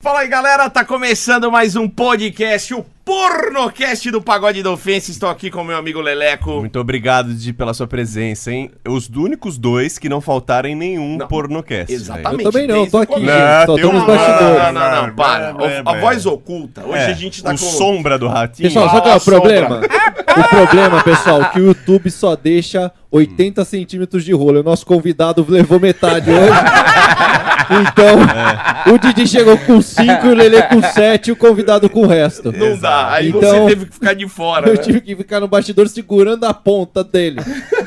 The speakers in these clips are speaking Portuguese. Fala aí, galera, tá começando mais um podcast, o Pornocast do Pagode da Ofensa. Estou aqui com meu amigo Leleco. Muito obrigado, Didi, pela sua presença, hein? Os únicos dois que não faltaram em nenhum Não. pornocast. né? Exatamente. Eu também não, desde tô o aqui. começo. Não, só tem tô um- nos Não, não, bastidores. não, não, para. É, O- a é. voz oculta. Hoje É, a gente tá o com... sombra do ratinho. Pessoal, sabe qual é o Fala, problema? O problema, pessoal, que o YouTube só deixa 80 centímetros de rolo. O nosso convidado levou metade hoje. É. Então, o Didi chegou com 5, o Lelê com 7 e o convidado com o resto. Não dá, aí Então- você teve que ficar de fora, Eu né? tive que ficar no bastidor segurando a ponta dele.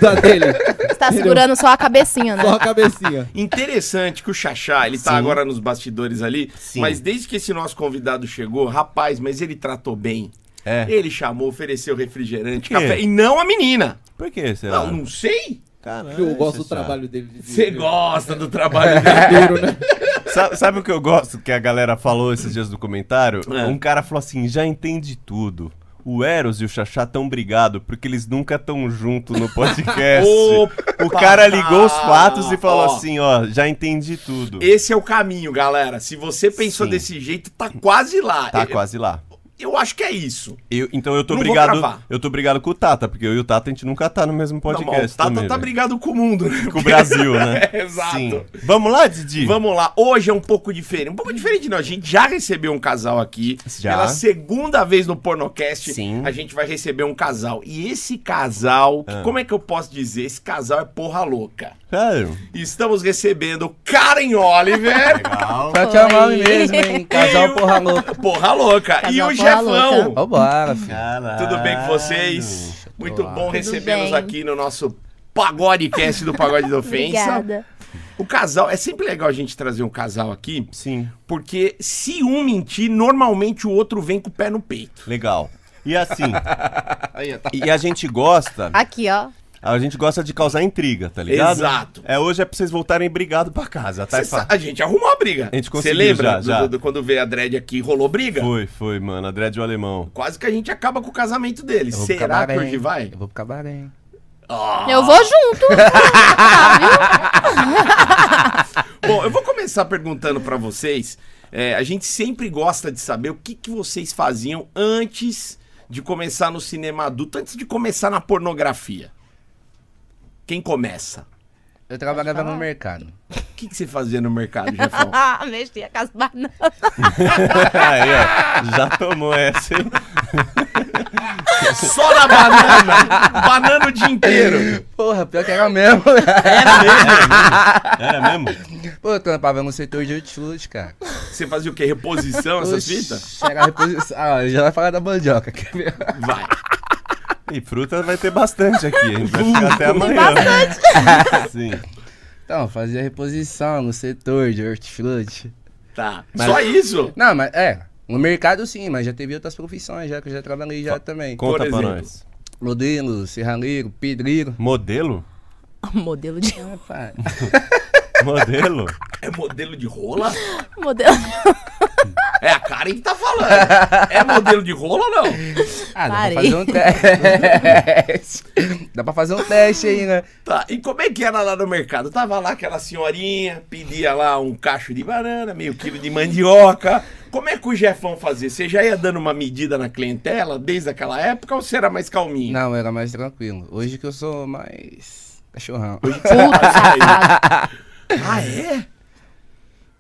Da dele. Você tá segurando só a cabecinha, né? Só a cabecinha. Interessante que o Xaxá, ele tá Sim. agora nos bastidores ali, Sim. mas desde que esse nosso convidado chegou, rapaz, mas ele tratou bem. É. Ele chamou, ofereceu refrigerante, Por quê? café, e não a menina. Por que, será? Não, não sei. Caralho, Eu gosto do Cessá. trabalho dele. de- é Você de- gosta do trabalho dele. duro, né? Sabe, sabe o que eu gosto que a galera falou esses dias no comentário? É. Um cara falou assim, já entendi tudo. O Eros e o Xaxá tão brigado porque eles nunca tão junto no podcast. Opa! o cara ligou os fatos e Ó. falou assim, ó, já entendi tudo. Esse é o caminho, galera. Se você pensou Sim. desse jeito, tá quase lá. Tá eu, quase lá. eu acho que é isso. Eu- então eu tô Não vou brigado. cravar. Eu tô brigado com o Tata, porque eu e o Tata a gente nunca tá no mesmo Não, mas podcast. o Tata também, tá velho. brigado com o mundo, né? com o Brasil, né? É, exato. Vamos lá, Didi? Vamos lá, hoje é um pouco diferente. Um pouco diferente, não. A gente já recebeu um casal aqui. Já. Pela segunda vez no Pornocast, Sim. a gente vai receber um casal. E esse casal, que- Ah. como é que eu posso dizer? Esse casal é porra louca. Claro. Estamos recebendo Karen Oliver. Legal. Pra te amar É Oi. mesmo, hein? Casal porra louca. Porra louca. e Casal o porra Jefão. louca. Vambora, filho. Tudo bem Ah, com vocês? Muito bom recebê-los bem. aqui no nosso Pagodecast do Pagode da Ofensa. Obrigada. o casal, é sempre legal a gente trazer um casal aqui, Sim, porque se um mentir, normalmente o outro vem com o pé no peito. legal. E assim, tá. e a gente gosta, Aqui, ó. a gente gosta de causar intriga, tá ligado? Exato. É, hoje é pra vocês voltarem brigado pra casa, tá? Cê É fa- sa- a gente arrumou a briga. A gente Você conseguiu lembra já, do- já. do- do- quando veio a dread aqui rolou briga? Foi, foi, mano, André de o Alemão. Quase que a gente acaba com o casamento dele. Eu vou pro Será que cabaré, hoje hein? vai? Eu vou pro cabaré, hein? Ah. Eu vou junto. Bom, eu vou começar perguntando pra vocês. é, a gente sempre gosta de saber o que, que vocês faziam antes de começar no cinema adulto, antes de começar na pornografia. Quem começa? Eu trabalhava falar? no mercado. O que, que você fazia no mercado, Jefão? Ah, mexi a casa banana. Aí, ó, já tomou essa, hein? Só na banana! banana o dia inteiro! Porra, pior que era mesmo. né? Era mesmo? Pô, eu trampava no setor de chute, cara. Você fazia o quê? Reposição, essas fitas? Oxi, Era a reposição. Ah, já vai falar da mandioca, quer ver? Vai. E fruta vai ter bastante aqui, a gente vai ficar até amanhã. Sim. Então, fazia reposição no setor de hortifruti. Tá. Só isso? Não, mas é. No mercado sim, mas já teve outras profissões já, que eu já trabalhei já também. Conta Por pra exemplo. nós. Modelo, serralheiro, pedreiro. Ah, Modelo? Modelo de. Rapaz. Modelo? É modelo de rola? Modelo. É a Karen que tá falando. É modelo de rola ou não? Ah, dá Parei. pra fazer um teste. dá pra fazer um teste aí, né? Tá, e como é que era lá no mercado? Tava lá aquela senhorinha, pedia lá um cacho de banana, meio quilo de mandioca. Como é que o Jefão fazia? Você já ia dando uma medida na clientela desde aquela época ou você era mais calminho? Não, era mais tranquilo. Hoje que eu sou mais cachorrão. Puto safado. Ah, é?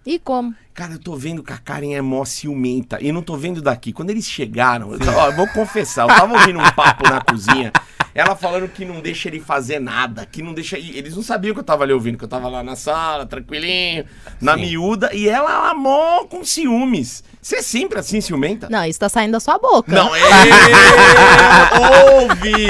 E como? Cara, eu tô vendo que a Karen é mó ciumenta. E não tô vendo daqui. Quando eles chegaram, eu, tava- ó, eu vou confessar, eu tava ouvindo um papo na cozinha. Ela falando que não deixa ele fazer nada, que não deixa. e Eles não sabiam que eu tava ali ouvindo, que eu tava lá na sala, tranquilinho, na miúda, e ela lá mó com ciúmes. Você é sempre assim, ciumenta? Não, isso tá saindo da sua boca. Não, é. eu ouvi!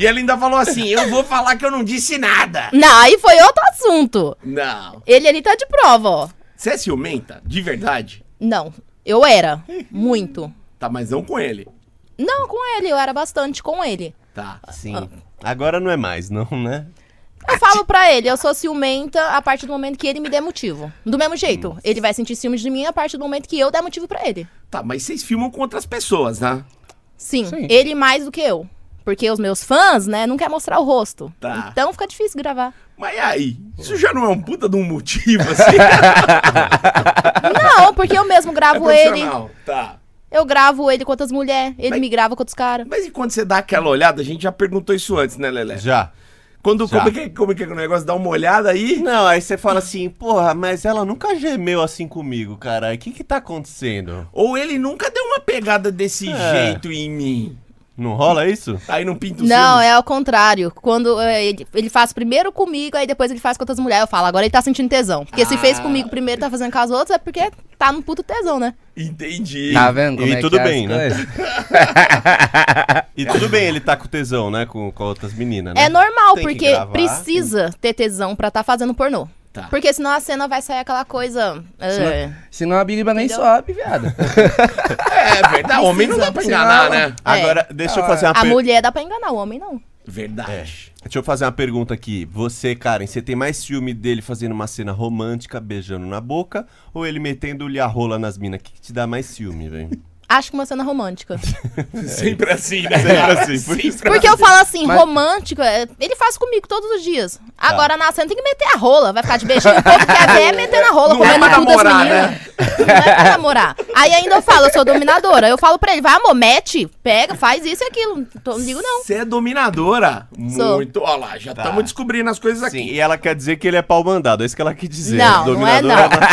E ela ainda falou assim: eu vou falar que eu não disse nada. Não, aí foi outro assunto. Não. Ele ali tá de prova, ó. Você é ciumenta? De verdade? Não, eu era. Muito. Tá, mas não com ele. Não, com ele, eu era bastante com ele. Tá. Sim. Agora não é mais, não, né? Eu falo pra ele, eu sou ciumenta a partir do momento que ele me der motivo. Do mesmo jeito, ele vai sentir ciúmes de mim a partir do momento que eu der motivo pra ele. Tá, mas vocês filmam com outras pessoas, né? Sim, Sim. ele mais do que eu. Porque os meus fãs, né, não querem mostrar o rosto. Tá. Então fica difícil gravar. Mas e aí, isso já não é um puta de um motivo, assim. Não, porque eu mesmo é gravo ele. profissional. Tá. Eu gravo ele com outras mulheres. Ele Mas- me grava com outros caras. Mas e quando você dá aquela olhada, a gente já perguntou isso antes, né, Lelé? Já. Quando, Já. como é, que, como é que é o negócio? Dá uma olhada aí. Não, aí você fala assim, porra, mas ela nunca gemeu assim comigo, caralho. O que que tá acontecendo? Ou ele nunca deu uma pegada desse É. jeito em mim. Não rola isso? Aí não pinta o Não, ciúme? é ao contrário. Quando é, ele, ele faz primeiro comigo, aí depois ele faz com outras mulheres. Eu falo, agora ele tá sentindo tesão. Porque se Ah. fez comigo primeiro, tá fazendo com as outras, é porque tá no puto tesão, né? Entendi. Tá vendo como e é que tudo é bem, as né? coisas? E tudo bem ele tá com tesão, né? Com, com outras meninas, né? É normal, Tem que porque gravar, precisa ter tesão pra tá fazendo pornô. Tá. Porque senão a cena vai sair aquela coisa. é, Senão a biriba nem Entendeu? sobe, viado. É verdade, homem não dá pra enganar, né? Agora, deixa eu fazer uma a per- mulher dá pra enganar, o homem não. Verdade. Deixa eu fazer uma pergunta aqui. Você, Karen, você tem mais ciúme dele fazendo uma cena romântica, beijando na boca, ou ele metendo-lhe a rola nas minas? O que, que te dá mais ciúme, velho? Acho que uma cena romântica. Sempre assim, né? É. Sempre assim, por Sempre Porque eu falo assim, Mas- romântico, é, ele faz comigo todos os dias. Agora na cena tem que meter a rola, vai ficar de beijinho. O povo quer ver é meter na rola, Não é comendo pra tudo das namorar, meninas. Não é pra namorar. Aí ainda eu falo, eu sou dominadora. Eu falo pra ele, vai amor, mete, pega, faz isso e aquilo. Tô- Não digo não. Você é dominadora. Sou. Muito. Olha lá, já estamos descobrindo as coisas Tá. Sim, aqui. e ela quer dizer que ele é pau mandado, é isso que ela quis dizer. Não, não é Dominador, não.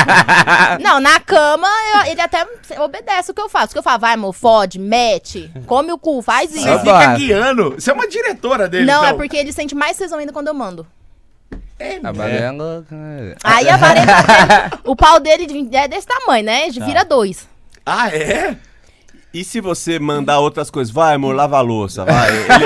Não, na cama eu- ele até obedece o que eu faço. O que eu falo, vai amor, fode, mete, come o cu, faz isso. Você Ah, fica vai. guiando. Você é uma diretora dele, Não, é então. porque ele sente mais tesão ainda quando eu mando. A barulha é louca, né? Aí a vareta até, O pau dele é desse tamanho, né? De Vira dois. Ah, é? E se você mandar outras coisas, vai amor, lava a louça, vai. Ele, ele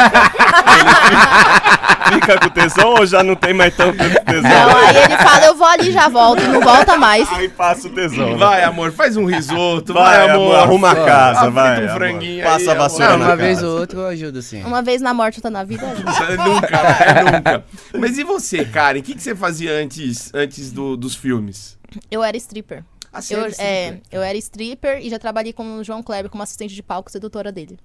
fica com tesão ou já não tem mais tanto Não, tesão? Então, aí é- ele fala, eu vou ali, já volto, não volta mais. Aí passa o tesão. né? Vai, amor, faz um risoto. Vai, Vai, amor, arruma a Só. casa, Frita um vai. amor. franguinho aí, Passa a amor. vassoura Não, Ah, na uma casa. vez ou outra eu ajudo, sim. Uma vez na morte, outra na vida. Isso é Nunca, é nunca. Mas e você, Karen? O que, que você fazia antes, antes do- dos filmes? Eu era stripper. Ah, você Eu, era é, stripper. eu era stripper e já trabalhei com o João Kleber como assistente de palco, sedutora dele.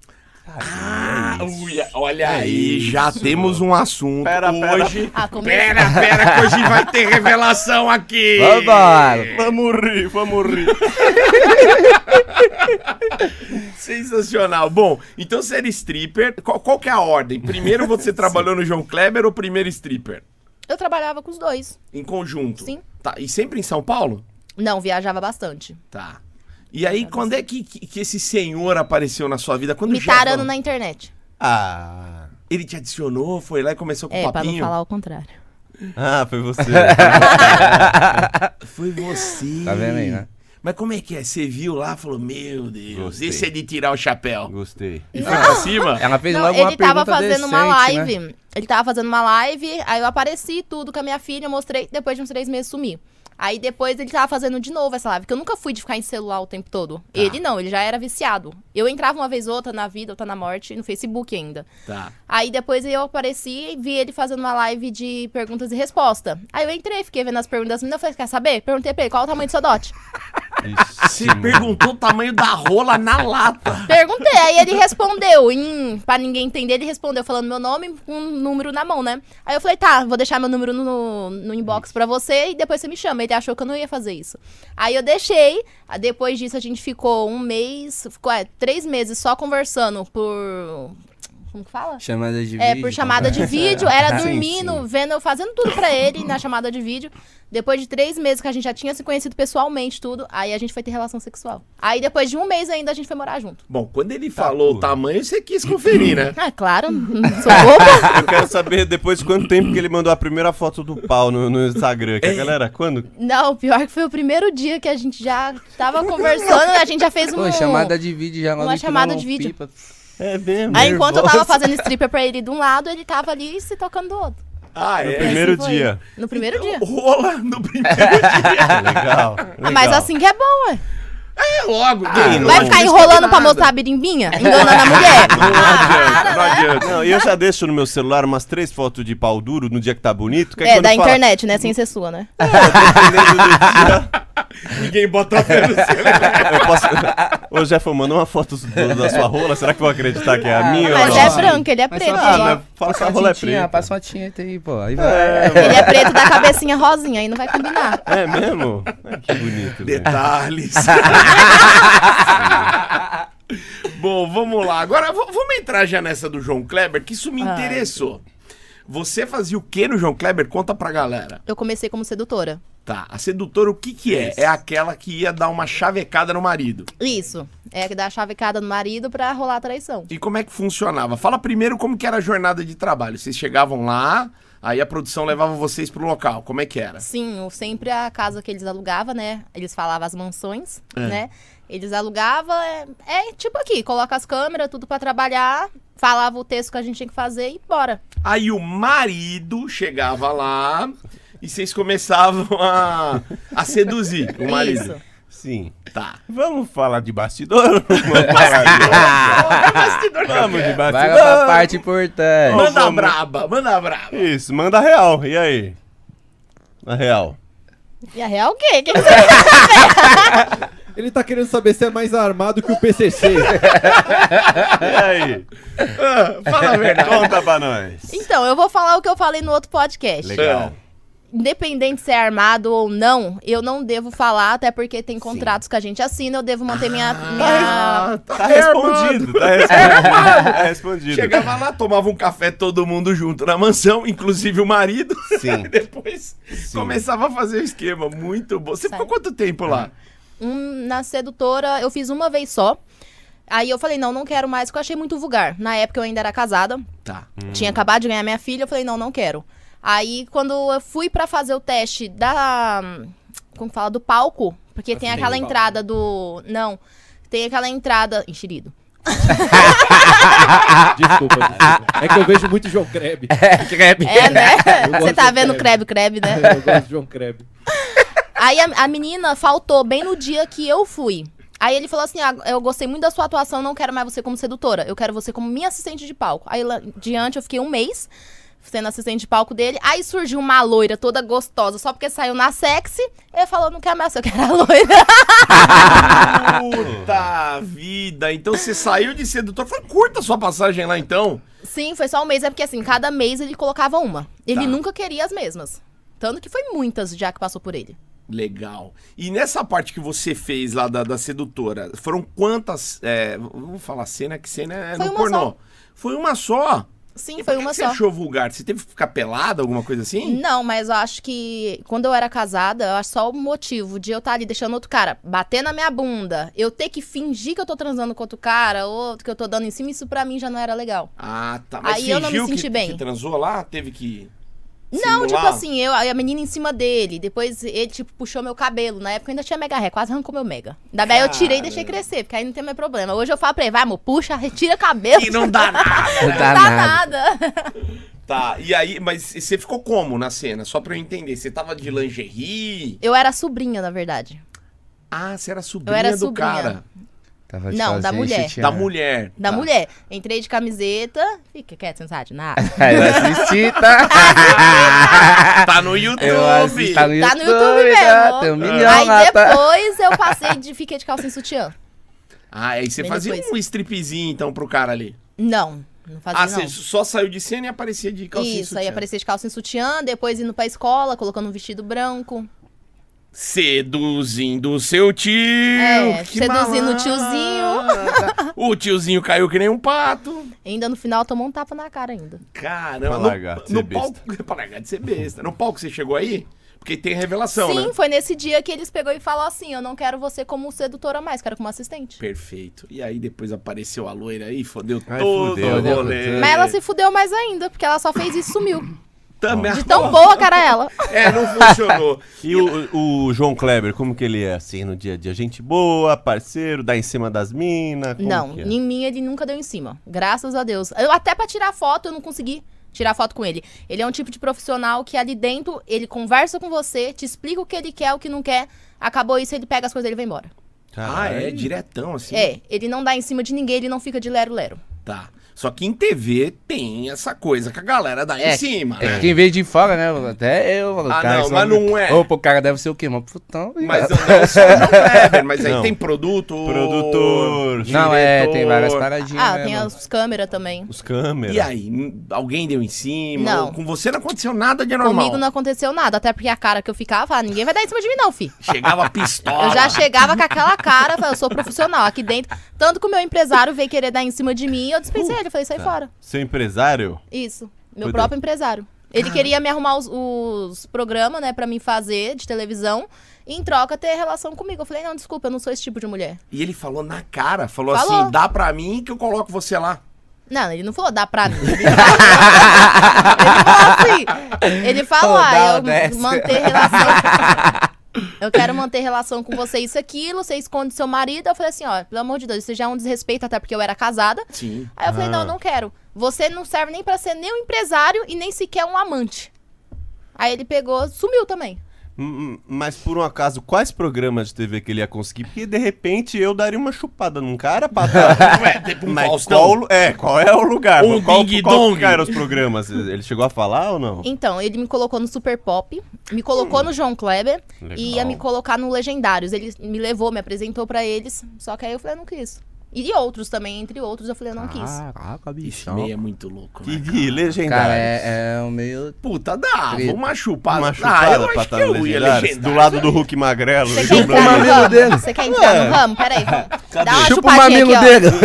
Ah, uia, olha aí, já temos um assunto É Pera, pera. hoje. Ah, como Pera, pera, que hoje vai ter revelação aqui. Vambora! Vamos rir, vamos rir. Sensacional. Bom, então você era stripper. Qual, qual que é a ordem? Primeiro você trabalhou no João Kleber ou primeiro stripper? Eu trabalhava com os dois. Em conjunto? Sim. Tá, e sempre em São Paulo? Não, viajava bastante. Tá. E aí, quando é que, que, que esse senhor apareceu na sua vida? Quando Me já- tarando na internet. Ah. Ele te adicionou, foi lá e começou com É, o pra não papinho? falar o contrário. Ah, foi você. Foi você. Tá vendo aí, né? Mas como é que é? Você viu lá e falou, meu Deus, Gostei. esse é de tirar o chapéu. Gostei. E foi pra cima? Ela fez Não, logo uma ele tava pergunta fazendo decente, uma live. Né? Ele tava fazendo uma live, aí eu apareci tudo com a minha filha, eu mostrei, depois de uns três meses sumi. Aí depois ele tava fazendo de novo essa live, que eu nunca fui de ficar em celular o tempo todo. Tá. Ele não, ele já era viciado. Eu entrava uma vez ou outra na vida, outra na morte, no Facebook ainda. Tá. Aí depois eu apareci e vi ele fazendo uma live de perguntas e resposta. Aí eu entrei, fiquei vendo as perguntas das meninas, eu falei, quer saber? Perguntei pra ele, qual o tamanho do seu dote? Você perguntou o tamanho da rola na lata. Perguntei, aí ele respondeu, em, pra ninguém entender, ele respondeu falando meu nome com um número na mão, né? Aí eu falei, tá, vou deixar meu número no, no inbox pra você e depois você me chama. Ele achou que eu não ia fazer isso. Aí eu deixei, aí depois disso a gente ficou um mês, ficou é, três meses só conversando por... Como que fala? Chamada de É, vídeo. por chamada de vídeo, era Sim, dormindo, sim. vendo, eu fazendo tudo pra ele na chamada de vídeo. Depois de três meses que a gente já tinha se conhecido pessoalmente, tudo, aí a gente foi ter relação sexual. Aí depois de um mês ainda a gente foi morar junto. Bom, quando ele falou o porra. tamanho, você quis conferir, né? Ah, claro, não sou boba. Eu quero saber depois de quanto tempo que ele mandou a primeira foto do pau no, no Instagram. Que a galera, quando? Não, pior que foi o primeiro dia que a gente já tava conversando, a gente já fez um... Pô, chamada de vídeo já Uma logo que chamada não de vídeo. pipa. É mesmo. Aí enquanto eu tava nervosa. fazendo stripper pra ele de um lado, ele tava ali se tocando do outro. Ah, No é? primeiro Assim foi. dia. No primeiro Então, dia. Rola no primeiro dia. Legal. Ah, mas legal. assim que é bom, ué. É logo. Ah, não. Vai ficar enrolando pra mostrar a birimbinha? Enganando a mulher? É, Não ah, adianta. Não, e eu já deixo no meu celular umas três fotos de pau duro no dia que tá bonito. Que aí É, quando da fala, internet, né? Sem ser sua, né? Dependendo do dia. Ninguém bota fé no seu. Eu posso... Ô, Jefferson, manda uma foto do- da sua rola. Será que vão acreditar que é a minha? Mas ou não? é branco, ele é Mas preto. só- Ah, ele é- mas fala que a Passa rola uma é tinta, preta. passa uma tinta aí, pô. Aí vai. Ele é preto da cabecinha rosinha, aí não vai combinar. É mesmo? Ai, que bonito. velho. Detalhes. Bom, vamos lá. Agora v- vamos entrar já nessa do João Kleber, que isso me interessou. Você fazia o que no João Kleber? Conta pra galera. Eu comecei como sedutora. Tá, a sedutora o que que é? É aquela que ia dar uma chavecada no marido. Isso. É que dá a chavecada no marido pra rolar a traição. E como é que funcionava? Fala primeiro como que era a jornada de trabalho. Vocês chegavam lá, aí a produção levava vocês pro local. Como é que era? Sim, o- sempre a casa que eles alugavam, né? Eles falavam as mansões, né? Eles alugavam, é, é tipo aqui, coloca as câmeras, tudo pra trabalhar, falava o texto que a gente tinha que fazer e bora. Aí o marido chegava lá e vocês começavam a, a seduzir o marido. Isso. Sim. Tá. Vamos falar de bastidor? Vamos falar de- Vamos de bastidor. É, Vai pra parte importante. Manda vamos. braba, manda braba. Isso, manda a real. E aí? A real. E a real o quê? O que que você- Ele tá querendo saber se é mais armado que o PCC. E aí? Fala a É verdade. Conta pra nós. Então, eu vou falar o que eu falei no outro podcast. Legal. Independente se é armado ou não, eu não devo falar, até porque tem contratos que a gente assina, eu devo manter minha. minha... Ah, Tá respondido, tá respondido. É respondido. Chegava lá, tomava um café todo mundo junto na mansão, inclusive o marido. Sim. E depois começava a fazer o esquema. Muito bom. Você ficou Sai. quanto tempo lá? Um, na sedutora, eu fiz uma vez só. Aí eu falei, não, não quero mais, porque eu achei muito vulgar. Na época eu ainda era casada, Tá. tinha acabado de ganhar minha filha, eu falei, não, não quero. Aí quando eu fui pra fazer o teste da. Como que fala? Do palco, Ah, porque tem aquela entrada do. Não, tem aquela entrada. Enxerido. Desculpa, desculpa. É que eu vejo muito João Kreb. É, né? gosto Você tá do vendo crebe, crebe, né? Eu gosto de João Kreb. Aí a, a menina faltou bem no dia que eu fui. Aí ele falou assim: ah, eu gostei muito da sua atuação, não quero mais você como sedutora, eu quero você como minha assistente de palco. Aí lá diante eu fiquei um mês sendo assistente de palco dele. Aí surgiu uma loira toda gostosa, só porque saiu na sexy. Ele falou: não quero mais, eu quero a loira. Puta vida. Então você saiu de sedutor. Foi curta a sua passagem lá então. Sim, foi só um mês, é porque assim, cada mês ele colocava uma. Ele Tá. nunca queria as mesmas. Tanto que foi muitas já que passou por ele. Legal. E nessa parte que você fez lá da, da sedutora, foram quantas. É, vamos falar cena, que cena é Foi no uma pornô. só. Foi uma só. Sim, E por foi que uma que só. Você achou vulgar? Você teve que ficar pelada, alguma coisa assim? Não, mas eu acho que quando eu era casada, eu acho só o motivo de eu estar ali deixando outro cara bater na minha bunda, eu ter que fingir que eu tô transando com outro cara, ou que eu tô dando em cima, isso pra mim já não era legal. Ah, tá. Mas Aí eu não me fingiu que- senti bem. Que transou lá? Teve que. Não, tipo simular? assim, eu, a menina em cima dele, depois ele, tipo, puxou meu cabelo. Na época eu ainda tinha mega ré, quase arrancou meu mega. Ainda bem eu tirei e deixei crescer, porque aí não tem mais problema. Hoje eu falo pra ele, vai, amor, puxa, retira o cabelo. E não dá nada. Não Não dá nada. tá. E aí, mas você ficou como na cena? Só pra eu entender. Você tava de lingerie? Eu era sobrinha, na verdade. Ah, você era sobrinha Eu era do sobrinha. cara. Tava tipo assim, te Não, da fazendo mulher. chutear. Da mulher. Da Tá. mulher. Entrei de camiseta. Fica quieto, você não sabe de nada. Aí eu assisti, tá? Tá no YouTube. Eu assisti, tá no YouTube, Tá no YouTube tá? mesmo. É. Tem um Aí milhão lá, tá? depois eu passei de fiquei de calcinha e sutiã. Ah, aí você Bem fazia depois. um stripzinho então pro cara ali. Não, não fazia ah, você não. só saiu de cena e aparecia de calcinha. e Isso, aí sutiã. aparecia de calcinha e sutiã, depois indo pra escola, colocando um vestido branco. Seduzindo o seu tio. É, que seduzindo o malandra. O tiozinho caiu que nem um pato. Ainda no final tomou um tapa na cara ainda. Caramba. Pra no- largar de ser no besta. palco, pra largar de ser besta. No palco você chegou aí? Porque tem revelação, Sim, né? foi nesse dia que eles pegou e falou assim: "Eu não quero você como sedutora mais, quero como assistente". Perfeito. E aí depois apareceu a loira aí, fodeu Ai, né? todo fudeu, o fudeu, rolê. fudeu. Mas ela se fudeu mais ainda, porque ela só fez isso e sumiu. Também De tão boa que era ela. É, não funcionou. E o, o João Kleber, como que ele é assim no dia a dia? Gente boa, parceiro, dá em cima das minas? é? Não, em mim ele nunca deu em cima. Graças a Deus. Eu até pra tirar foto eu não consegui tirar foto com ele. Ele é um tipo de profissional que ali dentro ele conversa com você, te explica o que ele quer, o que não quer. Acabou isso, ele pega as coisas dele e vai embora. Tá. Ah, é? Diretão, assim? É, ele não dá em cima de ninguém, ele não fica de lero-lero. Tá. Só que em TV tem essa coisa que a galera dá em cima, É né? que em vez de fora, né? Até eu falo, Ah, cara, um não, esse mas homem- não é. Opa, o cara deve ser o quê? Mas putão. Mas é É. viado. eu não sou o João Kleber, mas aí Não. tem produto. Produtor. Não, é, tem um diretor. várias paradinhas. Ah, né, tem mano? as câmeras também. Os câmeras. E aí, n- alguém deu em cima? Não. Ou Com você não aconteceu nada de normal. Comigo não aconteceu nada, até porque a cara que eu ficava, falava, ninguém vai dar em cima de mim não, fi. Chegava pistola. Eu já chegava com aquela cara, falava, eu sou profissional aqui dentro. Tanto que o meu empresário veio querer dar em cima de mim, eu dispensei ele, eu falei, sai fora. Seu empresário? Isso, meu Foi próprio empresário. Ele queria me arrumar os, os programas, né, pra mim fazer de televisão. E em troca ter relação comigo. Eu falei, não, desculpa, eu não sou esse tipo de mulher. E ele falou na cara, falou, Falou. assim, dá pra mim que eu coloco você lá. Não, ele não falou, dá pra mim. Ele falou assim. Ele falou, Ô, ah, dá, eu desce. manter relação. Eu quero manter relação com você, isso, aquilo, você esconde seu marido. Eu falei assim, ó, pelo amor de Deus, isso já é um desrespeito, até porque eu era casada. Sim. Aí eu falei, Ah. não, não quero. Você não serve nem pra ser nem um empresário e nem sequer um amante. Aí ele pegou, sumiu também. Hum, hum, Mas por um acaso, quais programas de TV que ele ia conseguir? Porque de repente eu daria uma chupada num cara, pata. Ué, tipo um Mas Faustão. qual, lu- é, qual é o lugar? Um qual, Ding qual Dong. que eram os programas? Ele chegou a falar ou não? Então, ele me colocou no Super Pop, me colocou no João Kleber Legal. e ia me colocar no Legendários. Ele me levou, me apresentou pra eles, só que aí eu falei, eu não quis. E de outros também, entre outros, eu falei, eu não quis. Caraca, Esse bichão. meio é muito louco, Que né? de legendário. Cara, é, é o meio. Puta, dá. Treta. Uma chupada. Uma ah, chupada eu acho pra que tá no eu ia legendário. Do legendar. lado do Hulk Magrelo. né? Você quer João entrar no Brandão. mamilo dele. ramo? Você quer entrar no ramo? Peraí, vamos. Dá uma Chupa o chupadinha mamilo aqui, ó. dele.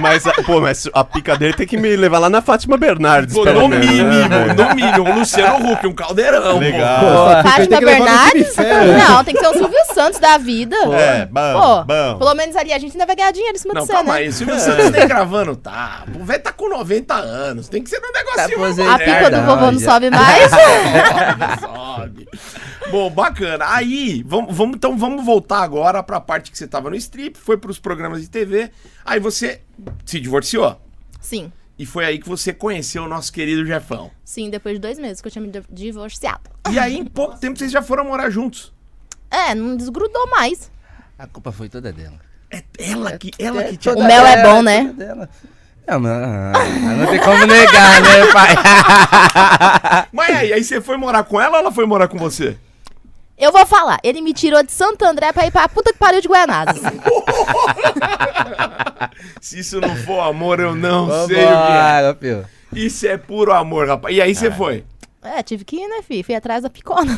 Mas, a- pô, mas a pica dele tem que me levar lá na Fátima Bernardes. Pô, pelo No menos, mínimo, né, velho? no mínimo. Um Luciano Huck, um caldeirão. pô. Legal. Essa pica aí tem Fátima que levar no Bernardes? cemitério. Não, tem que ser o Silvio Santos da vida. É, bom, Pô, bom. pelo menos ali a gente ainda vai ganhar dinheiro em cima Não, de você, calma né? aí. O Silvio Santos nem gravando, tá. O velho tá com 90 anos. Tem que ser um negocinho mais né? aposentado. A pica do Verdade. vovô não sobe mais. sobe. Bom, bacana. Aí, vamos, vamos- então vamos voltar agora pra parte que você tava no strip, foi pros programas de TV, aí você se divorciou. Sim, E foi aí que você conheceu o nosso querido Jefão. sim, depois de dois meses que eu tinha me di- divorciado. E aí, em pouco tempo, vocês já foram morar juntos. É, não desgrudou mais. A culpa foi toda dela. É ela que, ela que Toda tinha... O mel é dela, bom, né? toda dela. Não, mas ah, não tem como negar, né, pai? Mas aí, aí você foi morar com ela ou ela foi morar com você? Eu vou falar, ele me tirou de Santo André pra ir pra puta que pariu de Guianazes. Se isso não for amor, eu não sei o Vambora, filho. que é. Isso é puro amor, rapaz. E aí você foi. é, tive que ir, né, fi? Fui atrás da picona.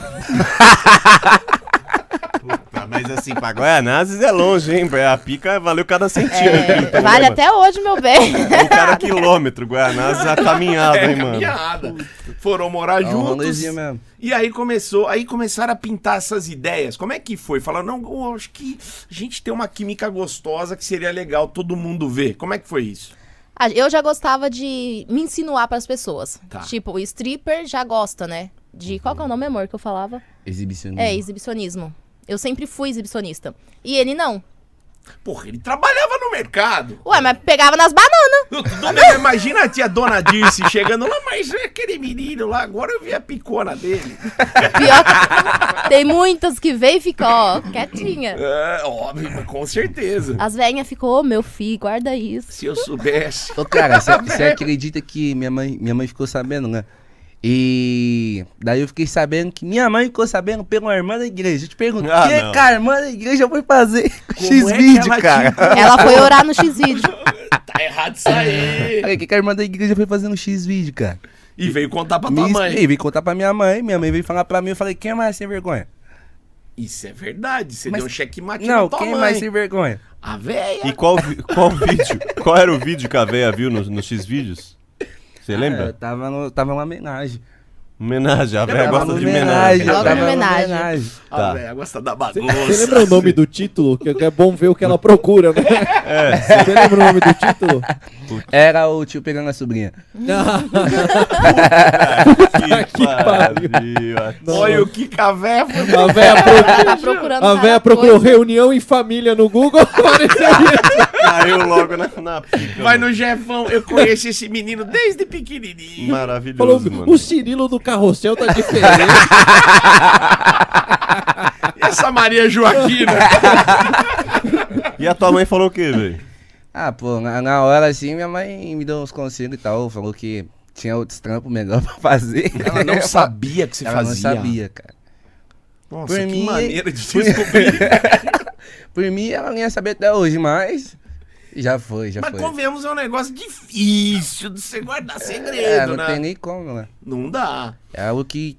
Tá, mas assim, pra Guaianazes é longe, hein? A pica valeu cada centímetro. É, então, vale né, até hoje, meu bem. mano? O cara quilômetro, Guaianazes a caminhada, hein, mano? É piada. Foram morar É um juntos. rolezinho mesmo. E aí começou, aí começaram a pintar essas ideias. Como é que foi? Falaram, não, eu acho que a gente tem uma química gostosa que seria legal todo mundo ver. Como é que foi isso? Ah, Eu já gostava de me insinuar pras pessoas. Tá. Tipo, o stripper já gosta, né? De qual que é o nome, amor, que eu falava? Exibicionismo. É, exibicionismo. Eu sempre fui exibicionista. E ele não. Porra, ele trabalhava no mercado. Ué, mas pegava nas bananas. Do- do mesmo, imagina a tia Dona Dirce chegando lá, mas é aquele menino lá, agora eu vi a picona dele. Pior que... Tem muitas que vem e fica, ó, quietinha. É, óbvio, mas com certeza. As velhinhas ficam, ô, meu filho, guarda isso. Se eu soubesse. Ô, cara, Tá você acredita que minha mãe, minha mãe ficou sabendo, né? E daí eu fiquei sabendo que minha mãe ficou sabendo pela irmã da igreja. Eu te pergunto, o Ah, que, é não. que a irmã da igreja foi fazer com Como é que X-Vídeo, ela cara? te- Ela foi orar no X-Vídeo. Tá errado isso aí. Falei, O que, que a irmã da igreja foi fazer no X-Vídeo, cara? E veio contar pra tua Me mãe. E veio contar pra minha mãe, minha mãe veio falar pra mim, eu falei, quem é mais sem vergonha? Isso é verdade, você Mas- deu um checkmate Não, na tua quem é mãe. mais sem vergonha? A véia. E qual, vi- qual vídeo? Qual era o vídeo que a véia viu nos no X-Vídeos? Você Ah, eu lembra? tava, no, tava uma homenagem. Homenagem, a véia Tava gosta Tava de numa homenagem. eu Logo tava em numa homenagem. A Tá. véia gosta da bagunça. Você lembra o nome do título? Que é bom ver o que ela procura, né? É. Você lembra o nome do título? Era o tio pegando a sobrinha. Que Tá pariu. Olha o que cavé foi. A véia, pro- Tá procurando a cada véia procurou coisa. reunião em família no Google. apareceu isso. Caiu logo na, na pica. Vai mano. no Jefão, eu conheço esse menino desde pequenininho. Falou, Maravilhoso, mano. o Cirilo do carrossel tá diferente. E essa Maria Joaquina? E a tua mãe falou o quê, velho? Ah, pô, na, na hora assim, minha mãe me deu uns conselhos e tal. Falou que tinha outros trampos melhor pra fazer. Ela não sabia que você Ela fazia. não sabia, cara. Nossa, Por que mim- maneira de descobrir. Por mim, ela não ia saber até hoje, mas. Já foi, já Mas foi. convenhamos, é um negócio difícil de você guardar É, segredo, não né? tem nem como, né? Não dá. É algo que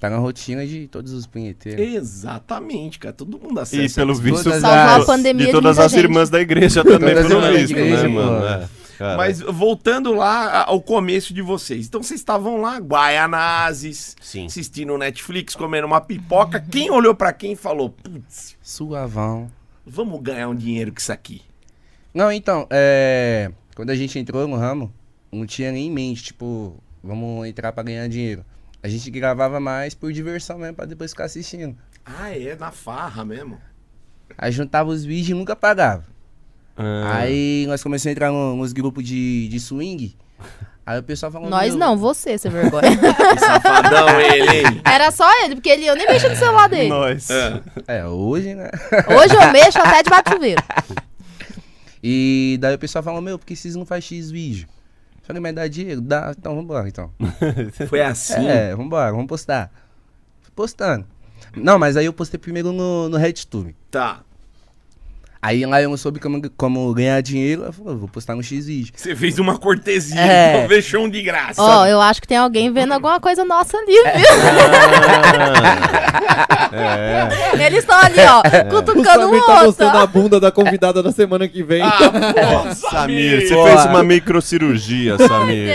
tá na rotina de todos os punheteiros. Exatamente, cara. Todo mundo E acessa. pelo isso. é visto, Salvou da- a pandemia de de todas muita as gente. irmãs da igreja também Todas as foram irmãs isso, da igreja, né, mano? pô. É, cara. Mas voltando lá ao começo de vocês. Então vocês estavam lá, Guaianazes, Sim. assistindo Netflix, comendo uma pipoca. Quem olhou pra quem e falou, putz, Suavão. vamos ganhar um dinheiro com isso aqui. Não, então, é. Quando a gente entrou no ramo, não tinha nem em mente, tipo, vamos entrar pra ganhar dinheiro. A gente gravava mais por diversão mesmo, pra depois ficar assistindo. Ah, é? Na farra mesmo? Aí juntava os vídeos e nunca pagava. Ah, Aí nós começamos a entrar no- nos grupos de, de swing. Aí o pessoal falou. Nós "Meu, não, você, você vergonha. Que safadão ele, hein? Era só ele, porque ele, eu nem mexo no celular dele. Nós. É, hoje, né? Hoje eu mexo até debaixo do chuveiro. E daí o pessoal falou, meu, por que vocês não fazem X vídeo? Eu Falei, mas dá dinheiro? Dá, então vambora, então. Foi assim? É, vambora, vamos postar. Fui postando. Não, mas aí eu postei primeiro no, no RedTube. Tá. Aí lá eu não soube como, como ganhar dinheiro, eu falei, vou postar no X vídeo. Você fez uma cortesia, É. então deixou um de graça. Ó, eu acho que tem alguém vendo alguma coisa nossa ali, viu? Ah, Eles estão ali, ó, O cutucando Samir um tá outro. mostrando a bunda da convidada da semana que vem. Ah, pô, Samir, Samir, você Boa. fez uma microcirurgia, Samir.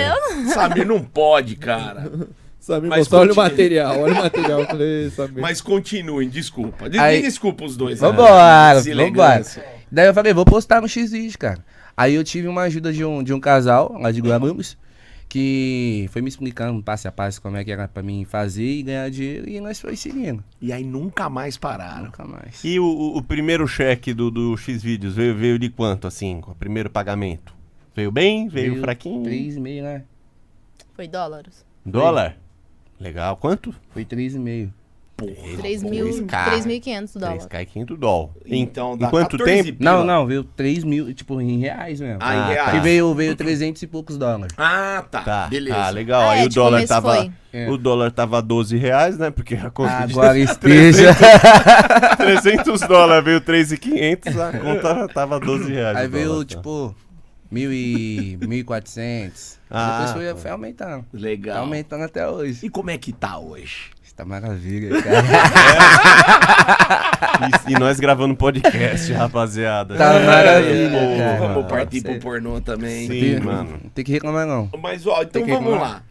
Samir não pode, cara. Samir Mas mostrou, olha o continua. material, olha o material. Eu falei, "Ei, Samir. Mas continuem, desculpa. De- Aí- Desculpa os dois. né? Vambora, Essa vambora. elegância. Daí eu falei, vou postar no X vídeo, cara. Aí eu tive uma ajuda de um, de um casal lá de Guarulhos, que foi me explicando passo a passo como é que era pra mim fazer e ganhar dinheiro, e nós foi seguindo. E aí nunca mais pararam. Nunca mais. E o, o- o primeiro cheque do, do X-Vídeos veio, veio de quanto, assim? O primeiro pagamento? Veio bem? Veio, Veio fraquinho? Um 3,5, né? Foi dólares. Dólar? Legal. Quanto? Foi 3,5. 3 mil, 3.500 dólares. 3K e 500 dólar. Em, Então em dá quanto 14 tempo? Não, pila. não, veio 3 mil, tipo, em reais mesmo. tá. Ah, em Ah, reais. Que veio, veio 300 e poucos dólares. Ah, tá. Tá, Beleza. tá, legal. Ah, Aí é, o de dólar começo tava. foi. É. O dólar tava 12 reais, né? Porque a conta de Agora esteja. 300 dólares veio 3,500, a conta tava 12 reais. Aí o veio, dólar, tá. tipo, mil e 1.400. Ah, Depois foi, tá. foi aumentando. Tá Legal. aumentando até hoje. E como é que tá hoje? Isso tá maravilha, cara. E, e nós gravando podcast, rapaziada. É, Tá maravilha, pô, cara. mano. Vamos partir você- pro pornô também. Sim. Tem- mano. Não tem que reclamar, não. Mas, ó, então Tem que vamos reclamar. lá.